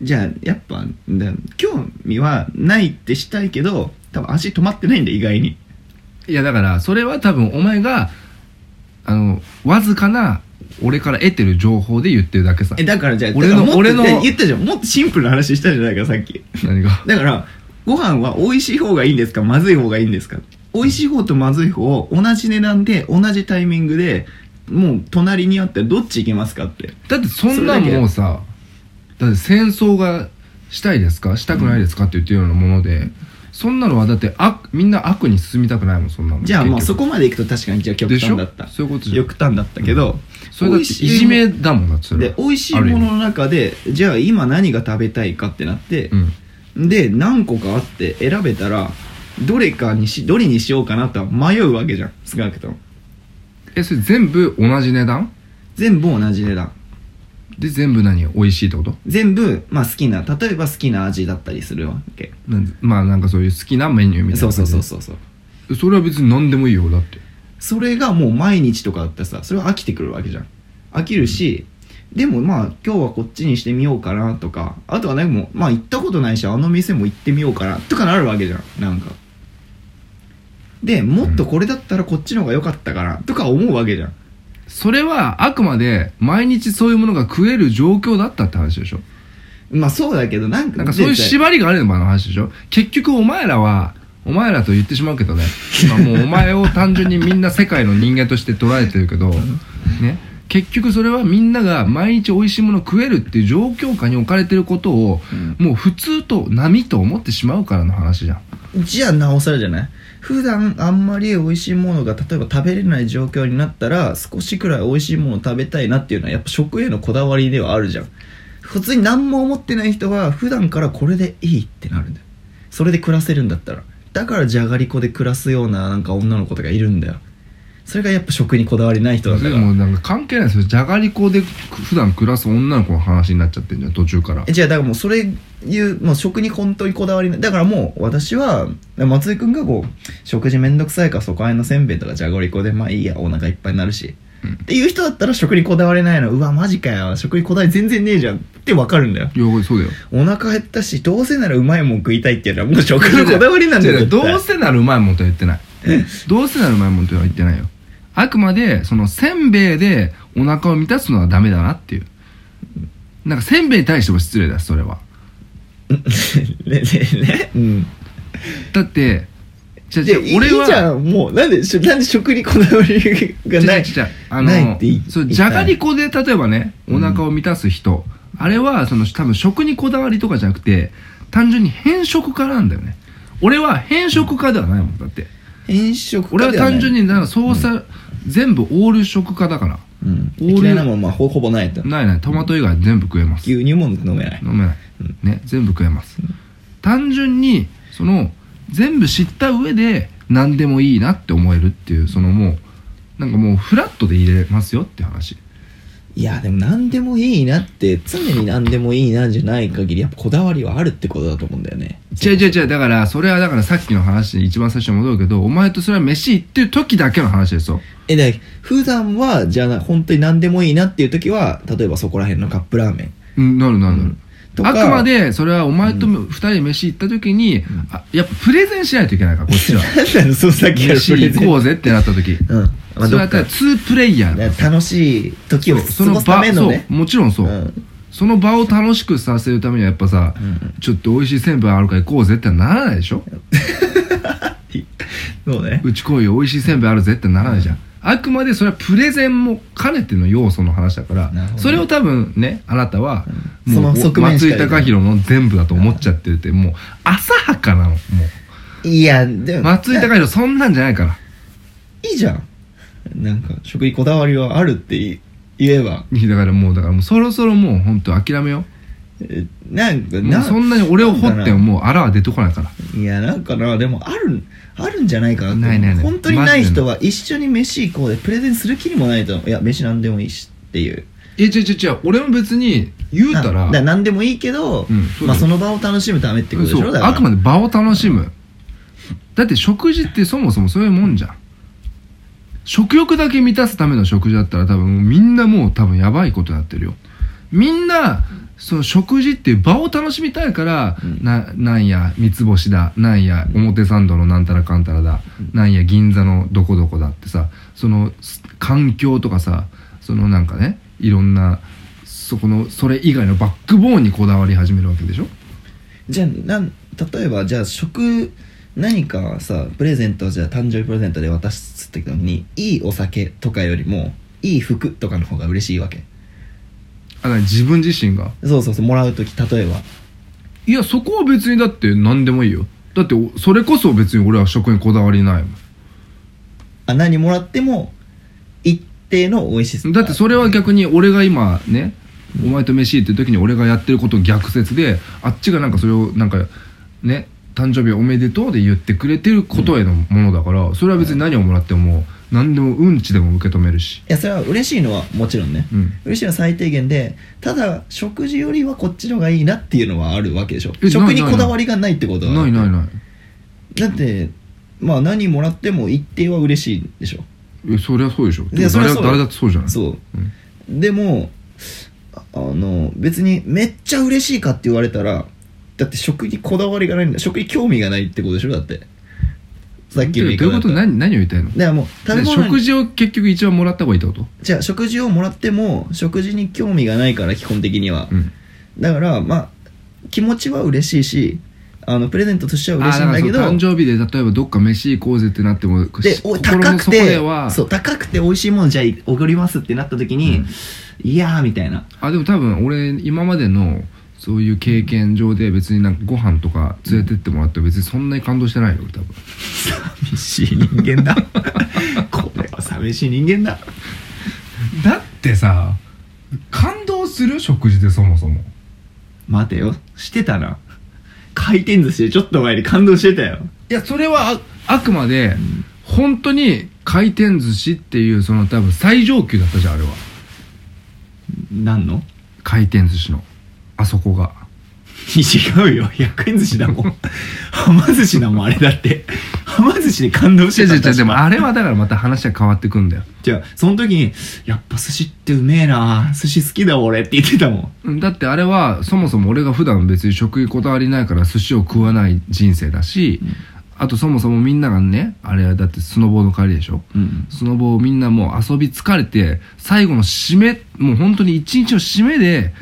Speaker 2: じゃあやっぱだ興味はないってしたいけど多分足止まってないんだよ意外に
Speaker 1: いやだからそれは多分お前があのわずかな俺から得てる情報で言ってるだけさ
Speaker 2: えだからじゃあ
Speaker 1: 俺の
Speaker 2: だからもっと
Speaker 1: 俺の
Speaker 2: で言ったじゃんもっとシンプルな話したじゃないかさっき
Speaker 1: 何が
Speaker 2: だからご飯は美味しい方がいいんですかまずい方がいいんですか美味しい方とまずい方を同じ値段で同じタイミングでもう隣にあったらどっち行けますかって
Speaker 1: だってそんなんもうさだって戦争がしたいですかしたくないですかって言ってるようなもので、そんなのはだって悪みんな悪に進みたくないもんそんなの
Speaker 2: じゃあまあ
Speaker 1: 結
Speaker 2: そ
Speaker 1: 局
Speaker 2: こまで行くと確かにじゃあ極
Speaker 1: でし
Speaker 2: 端
Speaker 1: ょ
Speaker 2: だった
Speaker 1: そういうことじゃん
Speaker 2: 極端だったけど、
Speaker 1: それだっていじめだもんなそ
Speaker 2: で
Speaker 1: れは
Speaker 2: 美味しいものの中でじゃあ今何が食べたいかってなって
Speaker 1: う、ん
Speaker 2: で何個かあって選べたらどれかにしどれにしようかなとは迷うわけじゃん少なくとも
Speaker 1: えそれ全部同じ値段
Speaker 2: 全部同じ値段
Speaker 1: で全部何美味しいってこと
Speaker 2: 全部、まあ、好きな例えば好きな味だったりするわけ
Speaker 1: なんまあなんかそういう好きなメニューみたい
Speaker 2: そ
Speaker 1: な
Speaker 2: うそうそう
Speaker 1: そ
Speaker 2: そうそう
Speaker 1: うそれは別に何でもいいよだって
Speaker 2: それがもう毎日とかだったらさそれは飽きてくるわけじゃん飽きるし、でもまあ今日はこっちにしてみようかなとかあとはねもうまあ行ったことないしあの店も行ってみようかなとかなるわけじゃんなんかでもっとこれだったらこっちの方が良かったかなとか思うわけじゃん
Speaker 1: それはあくまで毎日そういうものが食える状況だったって話でしょ
Speaker 2: まあそうだけどなんか
Speaker 1: なんかそういう
Speaker 2: 絶対
Speaker 1: 縛りがあるのもあの話でしょ結局お前らはお前らと言ってしまうけどね今もうお前を単純にみんな世界の人間として捉えてるけど、ね、結局それはみんなが毎日美味しいものを食えるっていう状況下に置かれてることを
Speaker 2: うん
Speaker 1: もう普通と波と思ってしまうからの話じゃん
Speaker 2: じゃあなおさらじゃない普段あんまり美味しいものが例えば食べれない状況になったら少しくらい美味しいものを食べたいなっていうのはやっぱ食へのこだわりではあるじゃん普通に何も思ってない人は普段からこれでいいってなるんだよそれで暮らせるんだったらだからじゃがりこで暮らすようななんか女の子とかいるんだよそれがやっぱ食にこだわりない人なん
Speaker 1: で
Speaker 2: だか
Speaker 1: も
Speaker 2: ら
Speaker 1: なんか関係ないですよじゃがりこで普段暮らす女の子の話になっちゃってんじゃん途中から
Speaker 2: えじゃあだからもうそれいうもう食に本当にこだわりないだからもう私は松井君がこう食事めんどくさいからそこら辺のせんべいとかじゃがりこでまあいいやお腹いっぱいになるし、っていう人だったら食にこだわれないのうわマジかよ食にこだわり全然ねえじゃんってわかるんだよ
Speaker 1: いやそうだよ
Speaker 2: お腹減ったしどうせならうまいもん食いたいっていうのはもう食のこだわりなんだ
Speaker 1: 違う違
Speaker 2: よ
Speaker 1: うどう
Speaker 2: 絶
Speaker 1: せならうまいもんとは言ってないどうせならうまいもんとは言ってないよあくまでそのせんべいでお腹を満たすのはダメだなっていうなんかせんべいに対しても失礼だそれは
Speaker 2: 対ねねねうん
Speaker 1: だって違う
Speaker 2: じゃあ
Speaker 1: 違う
Speaker 2: い
Speaker 1: 俺
Speaker 2: いじゃ
Speaker 1: は
Speaker 2: んもうなんでしなんで食にこだわりが
Speaker 1: 違う
Speaker 2: な
Speaker 1: 違
Speaker 2: いう
Speaker 1: 違うあ
Speaker 2: ないっ
Speaker 1: の
Speaker 2: ていい
Speaker 1: そうじゃがりこで例えばねお
Speaker 2: うん
Speaker 1: 腹を満たす人、あれはその多分食にこだわりとかじゃなくて単純に偏食家なんだよね俺は偏食家ではないもんだって
Speaker 2: 偏食家
Speaker 1: 俺は
Speaker 2: でない
Speaker 1: 単純になんか操作、全部オール食家だから
Speaker 2: うん、
Speaker 1: 俺
Speaker 2: 嫌いなもんまあほほぼないと
Speaker 1: ないないトマト以外全部食えます
Speaker 2: 牛乳も飲めない
Speaker 1: 飲めない、ね全部食えます、単純にその全部知った上で何でもいいなって思えるっていうそのもうなんかもうフラットで入れますよって話
Speaker 2: いやでも何でもいいなって常に何でもいいなじゃない限りやっぱこだわりはあるってことだと思うんだよね
Speaker 1: 違う違う違うだからそれはだからさっきの話に一番最初に戻るけどお前とそれは飯行ってる時だけの話ですよ
Speaker 2: えだから普段はじゃあな本当に何でもいいなっていう時は例えばそこら辺のカップラーメン
Speaker 1: うんなるなるな
Speaker 2: う
Speaker 1: る、
Speaker 2: んとか
Speaker 1: あくまでそれはお前と2人で飯行った時に、あやっぱプレゼンしないといけないからこ
Speaker 2: [laughs]
Speaker 1: っちは
Speaker 2: 何なのそのさっきから
Speaker 1: 飯
Speaker 2: プレゼ
Speaker 1: 行こ
Speaker 2: ン
Speaker 1: うぜってなった時
Speaker 2: うんまあ
Speaker 1: それ
Speaker 2: ど
Speaker 1: は
Speaker 2: っ
Speaker 1: だ
Speaker 2: か
Speaker 1: 2プレイヤーだ
Speaker 2: だから楽しい時を過ごすた
Speaker 1: 場
Speaker 2: めのね
Speaker 1: そうもちろんそう、
Speaker 2: うん
Speaker 1: その場を楽しくさせるためにはやっぱさ、
Speaker 2: うん
Speaker 1: ちょっと美味しいせんべいあるから行こうぜってならないでしょ
Speaker 2: そうね
Speaker 1: うち来いよ美味しいせんべいあるぜってならないじゃん、あくまでそれはプレゼンも兼ねての要素の話だから、
Speaker 2: なるほどね
Speaker 1: それを多分ねあなたは、
Speaker 2: うんそ
Speaker 1: もう
Speaker 2: の側面
Speaker 1: 松
Speaker 2: し
Speaker 1: 井
Speaker 2: か言えない
Speaker 1: 貴弘の全部だと思っちゃってて、もう浅はかなのも
Speaker 2: いやで
Speaker 1: う
Speaker 2: も
Speaker 1: 松井貴弘そんなんじゃないから [laughs]
Speaker 2: いいじゃんなんか食にこだわりはあるってい言えば
Speaker 1: だからもうだからもうそろそろもう本当諦めよ
Speaker 2: えなんか
Speaker 1: うもう
Speaker 2: な
Speaker 1: そんなに俺を掘ってももうあらは出てこないから
Speaker 2: いやなんかなでもあるあるんじゃないかなって
Speaker 1: ないないない
Speaker 2: 本当にない人は一緒に飯行こうでプレゼンする気にもないと思ういや飯なんでもいいしっていう
Speaker 1: え違う違う違う俺も別に言うた
Speaker 2: な
Speaker 1: ら
Speaker 2: だ何でもいいけど、
Speaker 1: うんそうだよ
Speaker 2: まあ、その場を楽しむためってことでし
Speaker 1: そ
Speaker 2: ょ
Speaker 1: う
Speaker 2: だ
Speaker 1: あくま
Speaker 2: で
Speaker 1: で場を楽しむだって食事ってそもそもそういうもんじゃん食欲だけ満たすための食事だったら多分みんなもう多分やばいことになってるよみんなその食事っていう場を楽しみたいから、
Speaker 2: うん
Speaker 1: ななんや三つ星だなんや表参道のなんたらかんたらだ、なんや銀座のどこどこだってさそのす環境とかさそのなんかねいろんなそこのそれ以外のバックボーンにこだわり始めるわけでしょ
Speaker 2: じゃあなん例えばじゃあ食何かさプレゼントじゃあ誕生日プレゼントで渡すって時にいいお酒とかよりもいい服とかの方が嬉しいわけ
Speaker 1: あ何自分自身が
Speaker 2: そうそうそうもらう時例えば
Speaker 1: いやそこは別にだって何でもいいよだっておそれこそ別に俺は食にこだわりないも
Speaker 2: あ何もらっても一定の美味しさ
Speaker 1: んだってそれは逆に俺が今ねお前と飯って時に俺がやってること逆説であっちがなんかそれをなんかね誕生日おめでとうで言ってくれてることへのものだからそれは別に何をもらっても何でもうんちでも受け止めるし
Speaker 2: いやそれは嬉しいのはもちろんね、
Speaker 1: うん
Speaker 2: 嬉しいのは最低限でただ食事よりはこっちの方がいいなっていうのはあるわけでしょ
Speaker 1: えない
Speaker 2: 食にこだわりがないってことは
Speaker 1: ないないない
Speaker 2: だってまあ何もらっても一定は嬉しいでしょ
Speaker 1: いやそりゃそうでしょ
Speaker 2: いやそりゃ
Speaker 1: 誰
Speaker 2: そうよ
Speaker 1: 誰だってそうじゃない
Speaker 2: そう、でもああの別にめっちゃ嬉しいかって言われたらだって食にこだわりがないんだ食に興味がないってことでしょだってさっきの
Speaker 1: どう
Speaker 2: 言
Speaker 1: い
Speaker 2: い方
Speaker 1: う
Speaker 2: だ
Speaker 1: ことと
Speaker 2: ら
Speaker 1: 何何を言いたいの
Speaker 2: だからもう食べ
Speaker 1: で
Speaker 2: 物
Speaker 1: 食
Speaker 2: に
Speaker 1: 事を結局一番もらった方がいいってこと
Speaker 2: じゃあ食事をもらっても食事に興味がないから基本的には、
Speaker 1: うん
Speaker 2: だからまあ気持ちは嬉しいしあのプレゼントとしては
Speaker 1: あ
Speaker 2: 嬉しいんだけど
Speaker 1: からその誕生日で例えばどっか飯行こうぜってなっても
Speaker 2: で
Speaker 1: し
Speaker 2: お
Speaker 1: 心の
Speaker 2: 高く
Speaker 1: 底で
Speaker 2: て
Speaker 1: は
Speaker 2: そう高くて美味しいものじゃあおごりますってなった時に、
Speaker 1: うん
Speaker 2: いやーみたいな
Speaker 1: あでも多分俺今までのそういう経験上で別になんかご飯とか連れてってもらっても別にそんなに感動してないよ多分
Speaker 2: 寂しい人間だ [laughs] これは寂しい人間だ
Speaker 1: だってさ感動する食事でそもそも
Speaker 2: 待てよしてたな回転寿司でちょっと前に感動してたよ
Speaker 1: いやそれはああくまで本当に回転寿司っていうその多分最上級だったじゃんあれは
Speaker 2: 何の
Speaker 1: 回転寿司のあそこが
Speaker 2: 違うよ100円寿司だもんはま寿司だもんあれだってはま寿司で感動し
Speaker 1: 違
Speaker 2: て
Speaker 1: う
Speaker 2: ただ
Speaker 1: 違うん違うでもあれはだからまた話は変わってくんだよ
Speaker 2: じゃあその時にやっぱ寿司ってうめえな寿司好きだ俺って言ってたもん
Speaker 1: うんだってあれはそもそも俺が普段別に食にこだわりないから寿司を食わない人生だし、あとそもそもみんながねあれはだってスノボーの帰りでしょ
Speaker 2: うん
Speaker 1: スノボーみんなもう遊び疲れて最後の締めもう本当に一日の締めで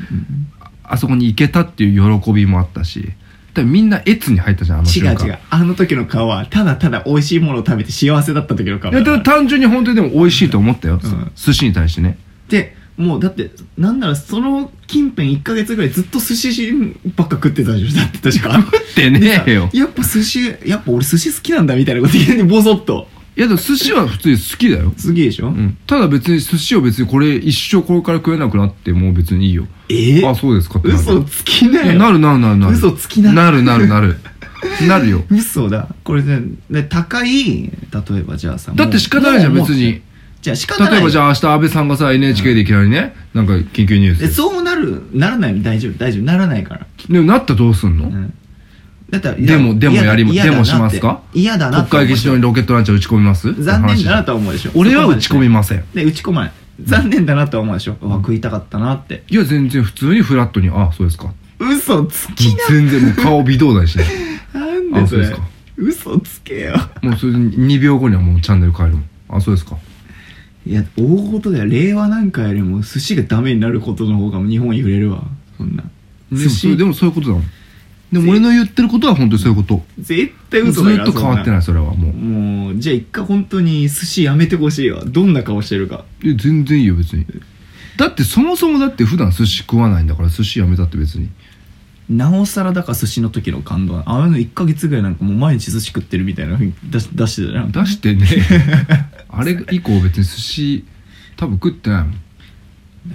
Speaker 1: あそこに行けたっていう喜びもあったしだからみんな越に入ったじゃんあの
Speaker 2: 違
Speaker 1: 瞬
Speaker 2: う
Speaker 1: 間
Speaker 2: 違うあの時の顔はただただ美味しいものを食べて幸せだった時の顔
Speaker 1: いや
Speaker 2: だ
Speaker 1: で
Speaker 2: か
Speaker 1: も
Speaker 2: ら
Speaker 1: 単純に本当にでも美味しいと思ったよ、
Speaker 2: うん
Speaker 1: 寿司に対してね
Speaker 2: でもうだってなんならその近辺1ヶ月ぐらいずっと寿司ばっか食ってたでしょだって確か
Speaker 1: って [laughs] ねえよ
Speaker 2: やっぱ寿司やっぱ俺寿司好きなんだみたいなこと言うにボソッと
Speaker 1: いやでも寿司は普通に好きだよ
Speaker 2: すげえでしょ、
Speaker 1: ただ別に寿司を別にこれ一生これから食えなくなってもう別にいいよ
Speaker 2: え
Speaker 1: あそうですかってなる
Speaker 2: 嘘つきないよ
Speaker 1: やなるなるなるなる
Speaker 2: 嘘つきな
Speaker 1: なるなるなるな
Speaker 2: [laughs]
Speaker 1: るよ
Speaker 2: 嘘だこれねで高い例えばじゃあさ
Speaker 1: だって仕方ないじゃん
Speaker 2: もう
Speaker 1: 別に
Speaker 2: じゃあ仕方ない
Speaker 1: 例えばじゃあ明日安倍さんがさ NHK でいきなりねなんか緊急ニュー
Speaker 2: え
Speaker 1: ス
Speaker 2: そうなるならないの大丈夫大丈夫ならないから
Speaker 1: でもなったらどうすんの
Speaker 2: うんだったら
Speaker 1: でもでもやりま
Speaker 2: 嫌だ
Speaker 1: でもしますか
Speaker 2: 嫌だな
Speaker 1: 国
Speaker 2: って思
Speaker 1: 会
Speaker 2: う
Speaker 1: 議事堂にロケットランチャー打ち込みます
Speaker 2: 残念だな
Speaker 1: っ
Speaker 2: と
Speaker 1: て話
Speaker 2: は思うでしょ
Speaker 1: 俺は打ち込み
Speaker 2: ま
Speaker 1: ません
Speaker 2: で打ち込まない残念だなとは思うでしょ、うわ食いたかったなって
Speaker 1: いや全然普通にフラットにあそうですか
Speaker 2: 嘘つきな
Speaker 1: 全然もう顔微動だに
Speaker 2: [laughs]
Speaker 1: しない
Speaker 2: なんでそれ
Speaker 1: あそうですか
Speaker 2: 嘘つけよ
Speaker 1: もうそれで2秒後にはもうチャンネル変えるもんあそうですか
Speaker 2: いや大事だよ令和なんかよりも寿司がダメになることの方が日本揺れるわそんな
Speaker 1: ね
Speaker 2: 寿司
Speaker 1: そうでもそういうことだもんでも俺の言ってることは本当にそういうこと
Speaker 2: 絶対
Speaker 1: ず
Speaker 2: 嘘だよ
Speaker 1: ーっと変わってないいそれはもう
Speaker 2: もうじゃあ一回本当に寿司やめてほしいわどんな顔してるか
Speaker 1: え全然いいよ別にだってそもそもだって普段寿司食わないんだから寿司やめたって別に
Speaker 2: なおさらだから寿司の時の感動ああいうの1ヶ月ぐらいなんかもう毎日寿司食ってるみたいな雰囲気出し出してたよな
Speaker 1: 出して [laughs] ねあれ以降別に寿司多分食ってないもん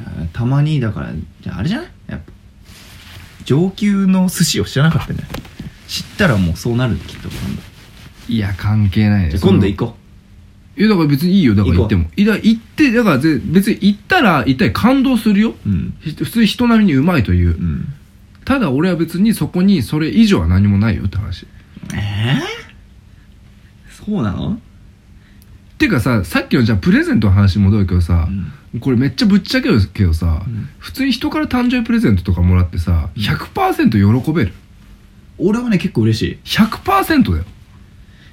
Speaker 2: あたまにだからじゃああれじゃないやっぱ上級の寿司を知らなかったね知ったらもうそうなるきっと今度
Speaker 1: いや関係ないね
Speaker 2: じゃあ今度行こ
Speaker 1: ういやだから別にいいよだから
Speaker 2: 行こう
Speaker 1: 行ってもいや行ってだからぜ別に行ったら一体感動するよ
Speaker 2: ううん
Speaker 1: ひ普通に人並みにうまいという、
Speaker 2: うん
Speaker 1: ただ俺は別にそこにそれ以上は何もないよって話
Speaker 2: ええそうなの
Speaker 1: てかささっきのじゃあプレゼントの話に戻るけどさ、
Speaker 2: ん
Speaker 1: これめっちゃぶっちゃけるけどさ、
Speaker 2: うん
Speaker 1: 普通に人から誕生日プレゼントとかもらってさ
Speaker 2: うん
Speaker 1: 100%喜べる
Speaker 2: 俺はね結構嬉しい
Speaker 1: 100%だよ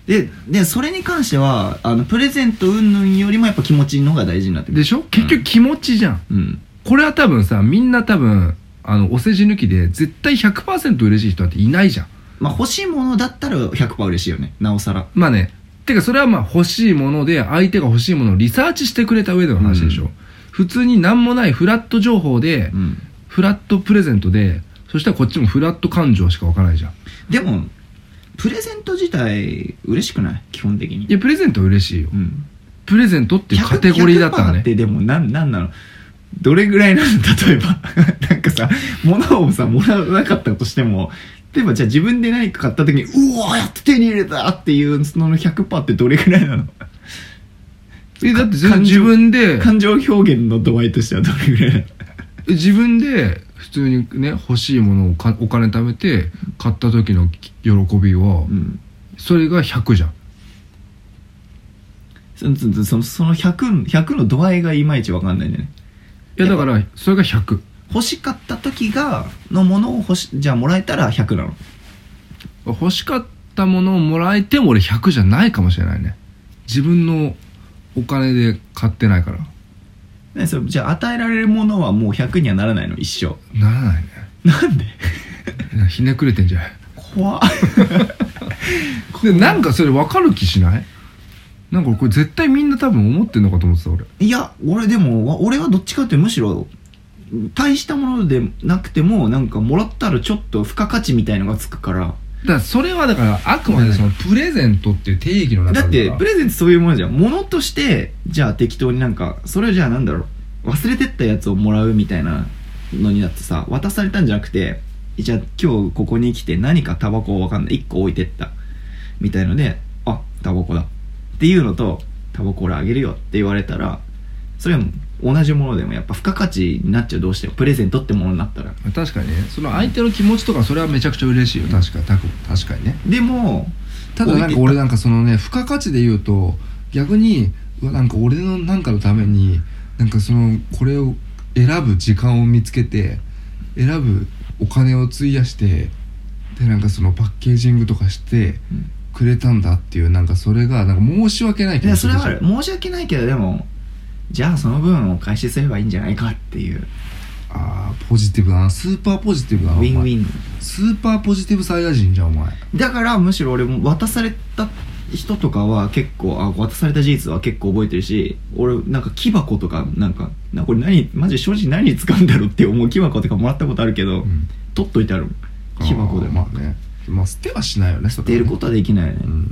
Speaker 2: ででそれに関してはあのプレゼント云々よりもやっぱ気持ちの方が大事になってくる
Speaker 1: でしょ結局気持ちじゃん、
Speaker 2: うん
Speaker 1: これは多分さみんな多分あのお世辞抜きで絶対100%嬉しい人なんていないじゃん
Speaker 2: まあ欲しいものだったら100%嬉しいよねなおさら
Speaker 1: まあねてかそれはまあ欲しいもので相手が欲しいものをリサーチしてくれた上での話でしょ、
Speaker 2: うん
Speaker 1: 普通に何もないフラット情報で、
Speaker 2: うん
Speaker 1: フラットプレゼントでそしたらこっちもフラット感情しかわからないじゃん
Speaker 2: でもプレゼント自体嬉しくない基本的に
Speaker 1: いやプレゼントは嬉しいよ
Speaker 2: うん
Speaker 1: プレゼントっていうカテゴリーだったら
Speaker 2: 100%
Speaker 1: ね
Speaker 2: ってでもなんなんなのどれぐらいなの例えば [laughs] なんかさ物をさもらわなかったとしても例えばじゃあ自分で何か買った時にうわやっと手に入れたっていうその100%ってどれぐらいなの
Speaker 1: えだって
Speaker 2: 感
Speaker 1: 全然
Speaker 2: 情
Speaker 1: 自分で
Speaker 2: 感情表現の度合いとしてはどれぐらいなの
Speaker 1: 自分で普通にね欲しいものをかお金貯めて買った時の喜びは、
Speaker 2: うん
Speaker 1: それが100じゃん
Speaker 2: そのそのその 100, 100の度合いがいまいちわかんないんだよね
Speaker 1: いやだからそれが100
Speaker 2: 欲しかった時がのものを欲しじゃあもらえたら100なの
Speaker 1: 欲しかったものをもらえても俺100じゃないかもしれないね自分のお金で買ってないから
Speaker 2: ねそれじゃあ与えられるものはもう100にはならないの一生
Speaker 1: ならないね
Speaker 2: なんで
Speaker 1: いやひねくれてんじゃない
Speaker 2: 怖っ
Speaker 1: でなんかそれ分かる気しないなんか俺これ絶対みんな多分思ってんのかと思ってた俺
Speaker 2: いや俺でもわ俺はどっちかってむしろ大したものでなくてもなんかもらったらちょっと付加価値みたいのがつくから
Speaker 1: だからそれはだからあくまでそのプレゼントっていう定義の中
Speaker 2: だっ
Speaker 1: で
Speaker 2: てプレゼントそういうものじゃん物としてじゃあ適当になんかそれじゃあなんだろう忘れてったやつをもらうみたいなのになってさ渡されたんじゃなくてじゃあ今日ここに来て何かタバコをわかんない1個置いてったみたいのであタバコだっていうのとタバコ俺あげるよって言われたらそれは同じものでもやっぱ付加価値になっちゃうどうしてもプレゼントってものになったら
Speaker 1: 確かにねその相手の気持ちとかそれはめちゃくちゃ嬉しいよ確かに確確かにね
Speaker 2: でも
Speaker 1: ただなんか
Speaker 2: 置い
Speaker 1: 俺
Speaker 2: てっ
Speaker 1: なんかそのね付加価値で言うと逆にうわなんか俺のなんかのためになんかそのこれを選ぶ時間を見つけて選ぶお金を費やしてでなんかそのパッケージングとかして
Speaker 2: うん
Speaker 1: くれたんだっていうなんかそれがなんか申し訳ない
Speaker 2: い
Speaker 1: 気
Speaker 2: や
Speaker 1: が
Speaker 2: そ
Speaker 1: す
Speaker 2: れ
Speaker 1: る
Speaker 2: はある申し訳ないけどでもじゃあその分お返しすればいいんじゃないかっていう
Speaker 1: あーポジティブだなスーパーポジティブだ
Speaker 2: ウ
Speaker 1: な
Speaker 2: ィンウ
Speaker 1: ン
Speaker 2: ィン
Speaker 1: スーパーポジティブサイヤ人じゃんお前
Speaker 2: だからむしろ俺も渡された人とかは結構あ渡された事実は結構覚えてるし俺なんか木箱とかなんかなこれ何マジ正直何に使うんだろうって思う木箱とかもらったことあるけど、
Speaker 1: ん
Speaker 2: 取っといてあるもん木箱で
Speaker 1: あー
Speaker 2: も
Speaker 1: まあねまあ捨てはしないよね捨
Speaker 2: 出ることはできないよね、
Speaker 1: うん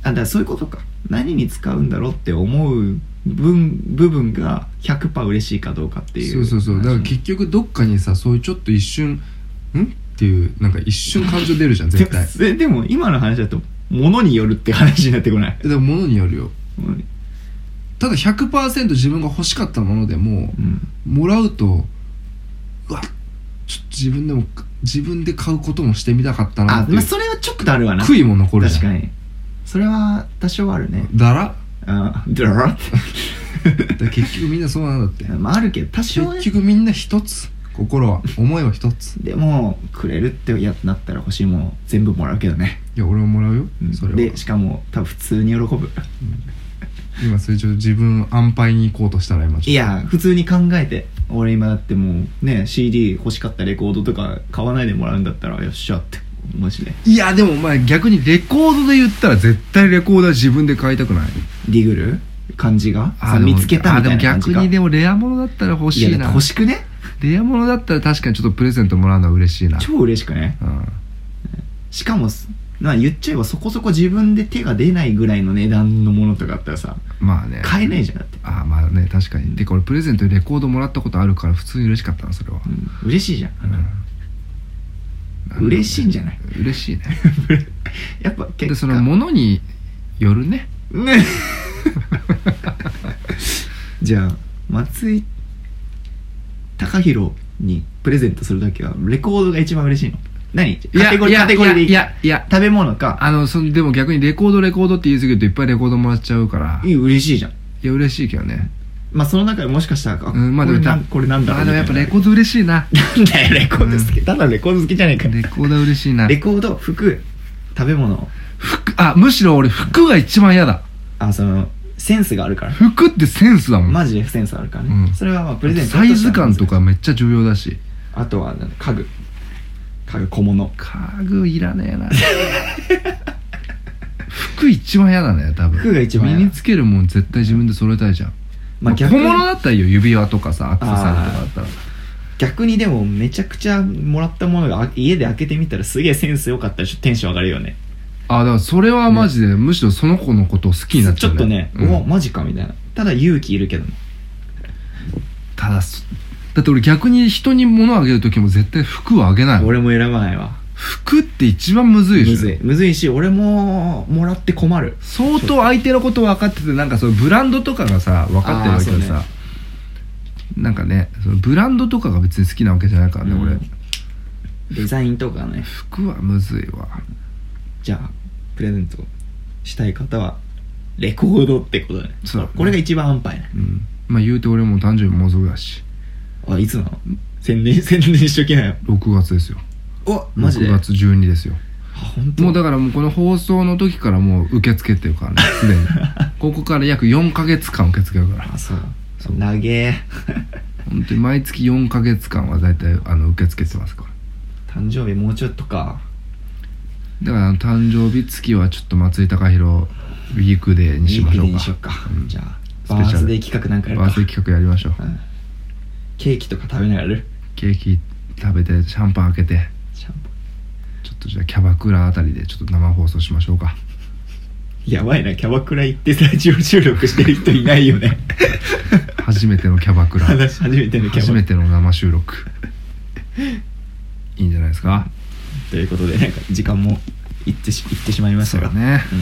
Speaker 2: あだからそういうことか何に使うんだろうって思う分部分が100%嬉しいかどうかっていう
Speaker 1: そうそうそうだから結局どっかにさそういうちょっと一瞬んっていうなんか一瞬感情出るじゃ
Speaker 2: [laughs]
Speaker 1: ん絶対
Speaker 2: でもえでも今の話だと物によるって話になってこない、
Speaker 1: でも物によるよ
Speaker 2: うん
Speaker 1: ただ100%自分が欲しかったものでももらうとうわちょっと自分でも自分で買うこともしてみたかったな
Speaker 2: あ
Speaker 1: ってい
Speaker 2: ま
Speaker 1: う
Speaker 2: あそれはちょっとあるわな
Speaker 1: 悔いも残るじゃん
Speaker 2: 確かにそれは多少はあるね
Speaker 1: だら
Speaker 2: あドロロロっ
Speaker 1: だから結局みんなそうなんだって
Speaker 2: てまああるけど多少はね
Speaker 1: 結局みんな一つ心は思いは一つ
Speaker 2: でもくれるってやなったら欲しいもの全部もらうけどね、
Speaker 1: いや俺はもらうよ、
Speaker 2: うん
Speaker 1: それは
Speaker 2: でしかも多分普通に喜ぶ
Speaker 1: 今それちょっと自分安牌に行こうとしたら今ちょっと
Speaker 2: いや普通に考えて俺今だってもうね CD 欲しかったレコードとか買わないでもらうんだったらよっしゃってマジで
Speaker 1: いやでもお前逆にレコードで言ったら絶対レコードは自分で買いたくない
Speaker 2: ディグル感じが
Speaker 1: ー
Speaker 2: その見つけたみたいな感じ
Speaker 1: あーでも逆
Speaker 2: が
Speaker 1: にでもレアものだったら欲し
Speaker 2: いや
Speaker 1: い
Speaker 2: だっ
Speaker 1: な
Speaker 2: て欲しくね
Speaker 1: レアものだったら確かにちょっとプレゼントもらうのは嬉しいな
Speaker 2: 超嬉しくね
Speaker 1: うん
Speaker 2: しかもすまあ言っちゃえばそこそこ自分で手が出ないぐらいの値段のものとかあったらさ
Speaker 1: まあね
Speaker 2: 買えないじゃんだって、
Speaker 1: ああまあね確かにてか俺プレゼントでレコードもらったことあるから普通に嬉しかったなそれは、
Speaker 2: うん、嬉しいじゃん、
Speaker 1: うん
Speaker 2: 嬉しいんじゃない
Speaker 1: 嬉しいね
Speaker 2: やっぱ結果
Speaker 1: でその物によるね
Speaker 2: ね [laughs] じゃあ松井貴弘にプレゼントするときはレコードが一番嬉しいの何カテゴリーカテゴリーでいい
Speaker 1: いやいや
Speaker 2: 食べ物か
Speaker 1: あのそのでも逆にレコードレコードって言い過ぎるといっぱいレコードもらっちゃうから
Speaker 2: いい嬉しいじゃん
Speaker 1: いや嬉しいけどね
Speaker 2: まあその中でもしかしたらあ
Speaker 1: うんまあで
Speaker 2: こ
Speaker 1: も
Speaker 2: れな
Speaker 1: た
Speaker 2: んこれなんだろ
Speaker 1: あ
Speaker 2: う
Speaker 1: でもやっぱレコード嬉しいな
Speaker 2: [laughs] ドなんだよレコード好きただのレコード好きじゃねえか
Speaker 1: レコード嬉しいな
Speaker 2: レコード服食べ物
Speaker 1: 服あむしろ俺服が一番嫌だ
Speaker 2: あそのセンスがあるから
Speaker 1: 服ってセンスだもん、
Speaker 2: マジでセンスあるからね、
Speaker 1: うん
Speaker 2: それはまあプレゼント
Speaker 1: サイズ感と
Speaker 2: か
Speaker 1: かめっちゃ重要だし
Speaker 2: あとはなんか家具家具小物
Speaker 1: 家具いらねえ
Speaker 2: [laughs]
Speaker 1: な服一番嫌だね多分
Speaker 2: 服が一番嫌
Speaker 1: 身につけるもん絶対自分で揃えたいじゃん、
Speaker 2: まあ
Speaker 1: 小
Speaker 2: 逆に
Speaker 1: 物だったらいいよ指輪とかさアクセサリーとかだったら
Speaker 2: 逆にでもめちゃくちゃもらったものがあ家で開けてみたらすげえセンス良かったらちょっとテンション上がるよね
Speaker 1: ああだからそれはマジで、むしろその子のことを好きになっち
Speaker 2: ち
Speaker 1: ゃ
Speaker 2: ょ
Speaker 1: う、
Speaker 2: っとね、
Speaker 1: うん
Speaker 2: うわマジかみたいなただ勇気いるけどね
Speaker 1: ただそだって俺逆に人に物あげる時も絶対服はあげないもん
Speaker 2: 俺も選ばないわ
Speaker 1: 服って一番むずい
Speaker 2: む
Speaker 1: でしょ
Speaker 2: ずいむずいし俺ももらって困る
Speaker 1: 相当相手のこと分かっててなんかそのブランドとかがさ分かってるわけ
Speaker 2: あー
Speaker 1: で
Speaker 2: そう
Speaker 1: さ、
Speaker 2: ね
Speaker 1: なんかねそのブランドとかが別に好きなわけじゃないからね、
Speaker 2: うん
Speaker 1: 俺
Speaker 2: デザインとかね
Speaker 1: 服はむずいわ
Speaker 2: じゃあプレゼントしたい方はレコードってことだね
Speaker 1: そうだね
Speaker 2: これが一番安牌ね
Speaker 1: うんまあ言うて俺も誕生日もうすぐだし
Speaker 2: あいつなの宣伝 [laughs] 宣伝しときなよ
Speaker 1: 6月ですよ
Speaker 2: おマジで
Speaker 1: 6月12ですよ
Speaker 2: あ本当
Speaker 1: もうだからもうこの放送の時からもう受け付けてる [laughs] からねすでにここから約4ヶ月間受け付けるから
Speaker 2: あそう投げ
Speaker 1: 本当に毎月4ヶ月間は大体あの受け付けてますから
Speaker 2: 誕生日もうちょっとか
Speaker 1: だからあの誕生日月はちょっと松井貴弘ウィークデーにしましょ
Speaker 2: いい日
Speaker 1: う
Speaker 2: に
Speaker 1: か
Speaker 2: しよっか、
Speaker 1: うん
Speaker 2: じゃあ
Speaker 1: ス
Speaker 2: バ
Speaker 1: ペシャル
Speaker 2: ースデー企画なんかやるか
Speaker 1: バースデー企画やりましょう
Speaker 2: うんケーキとか食べながらやる
Speaker 1: ケーキ食べてシャンパン開けて
Speaker 2: シャンパン
Speaker 1: ちょっとじゃあキャバクラあたりでちょっと生放送しましょうか
Speaker 2: やばいなキャバクラ行ってラジオ収録してる人いないよ
Speaker 1: [laughs]
Speaker 2: ね
Speaker 1: 初めてのキャバクラ
Speaker 2: 話初めてのキャバクラ
Speaker 1: 初めての生収録いいんじゃないですか
Speaker 2: ということでなんか時間もいってしいってしまいました
Speaker 1: そう
Speaker 2: が
Speaker 1: だね、
Speaker 2: うん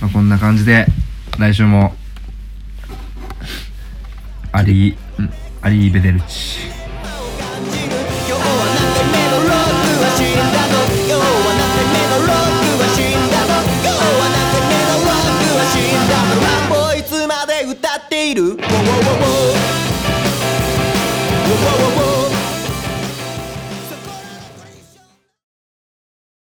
Speaker 1: まあ、こんな感じで来週もアリー、うん、アリー・ベデルチ
Speaker 5: 今日は何点目のロックは死んだぞ今日は何点目のロックは死んだぞ今日は何点目のロックは死んだぞラップをいつまで歌っているウォウォウォウォウウォウォウォウ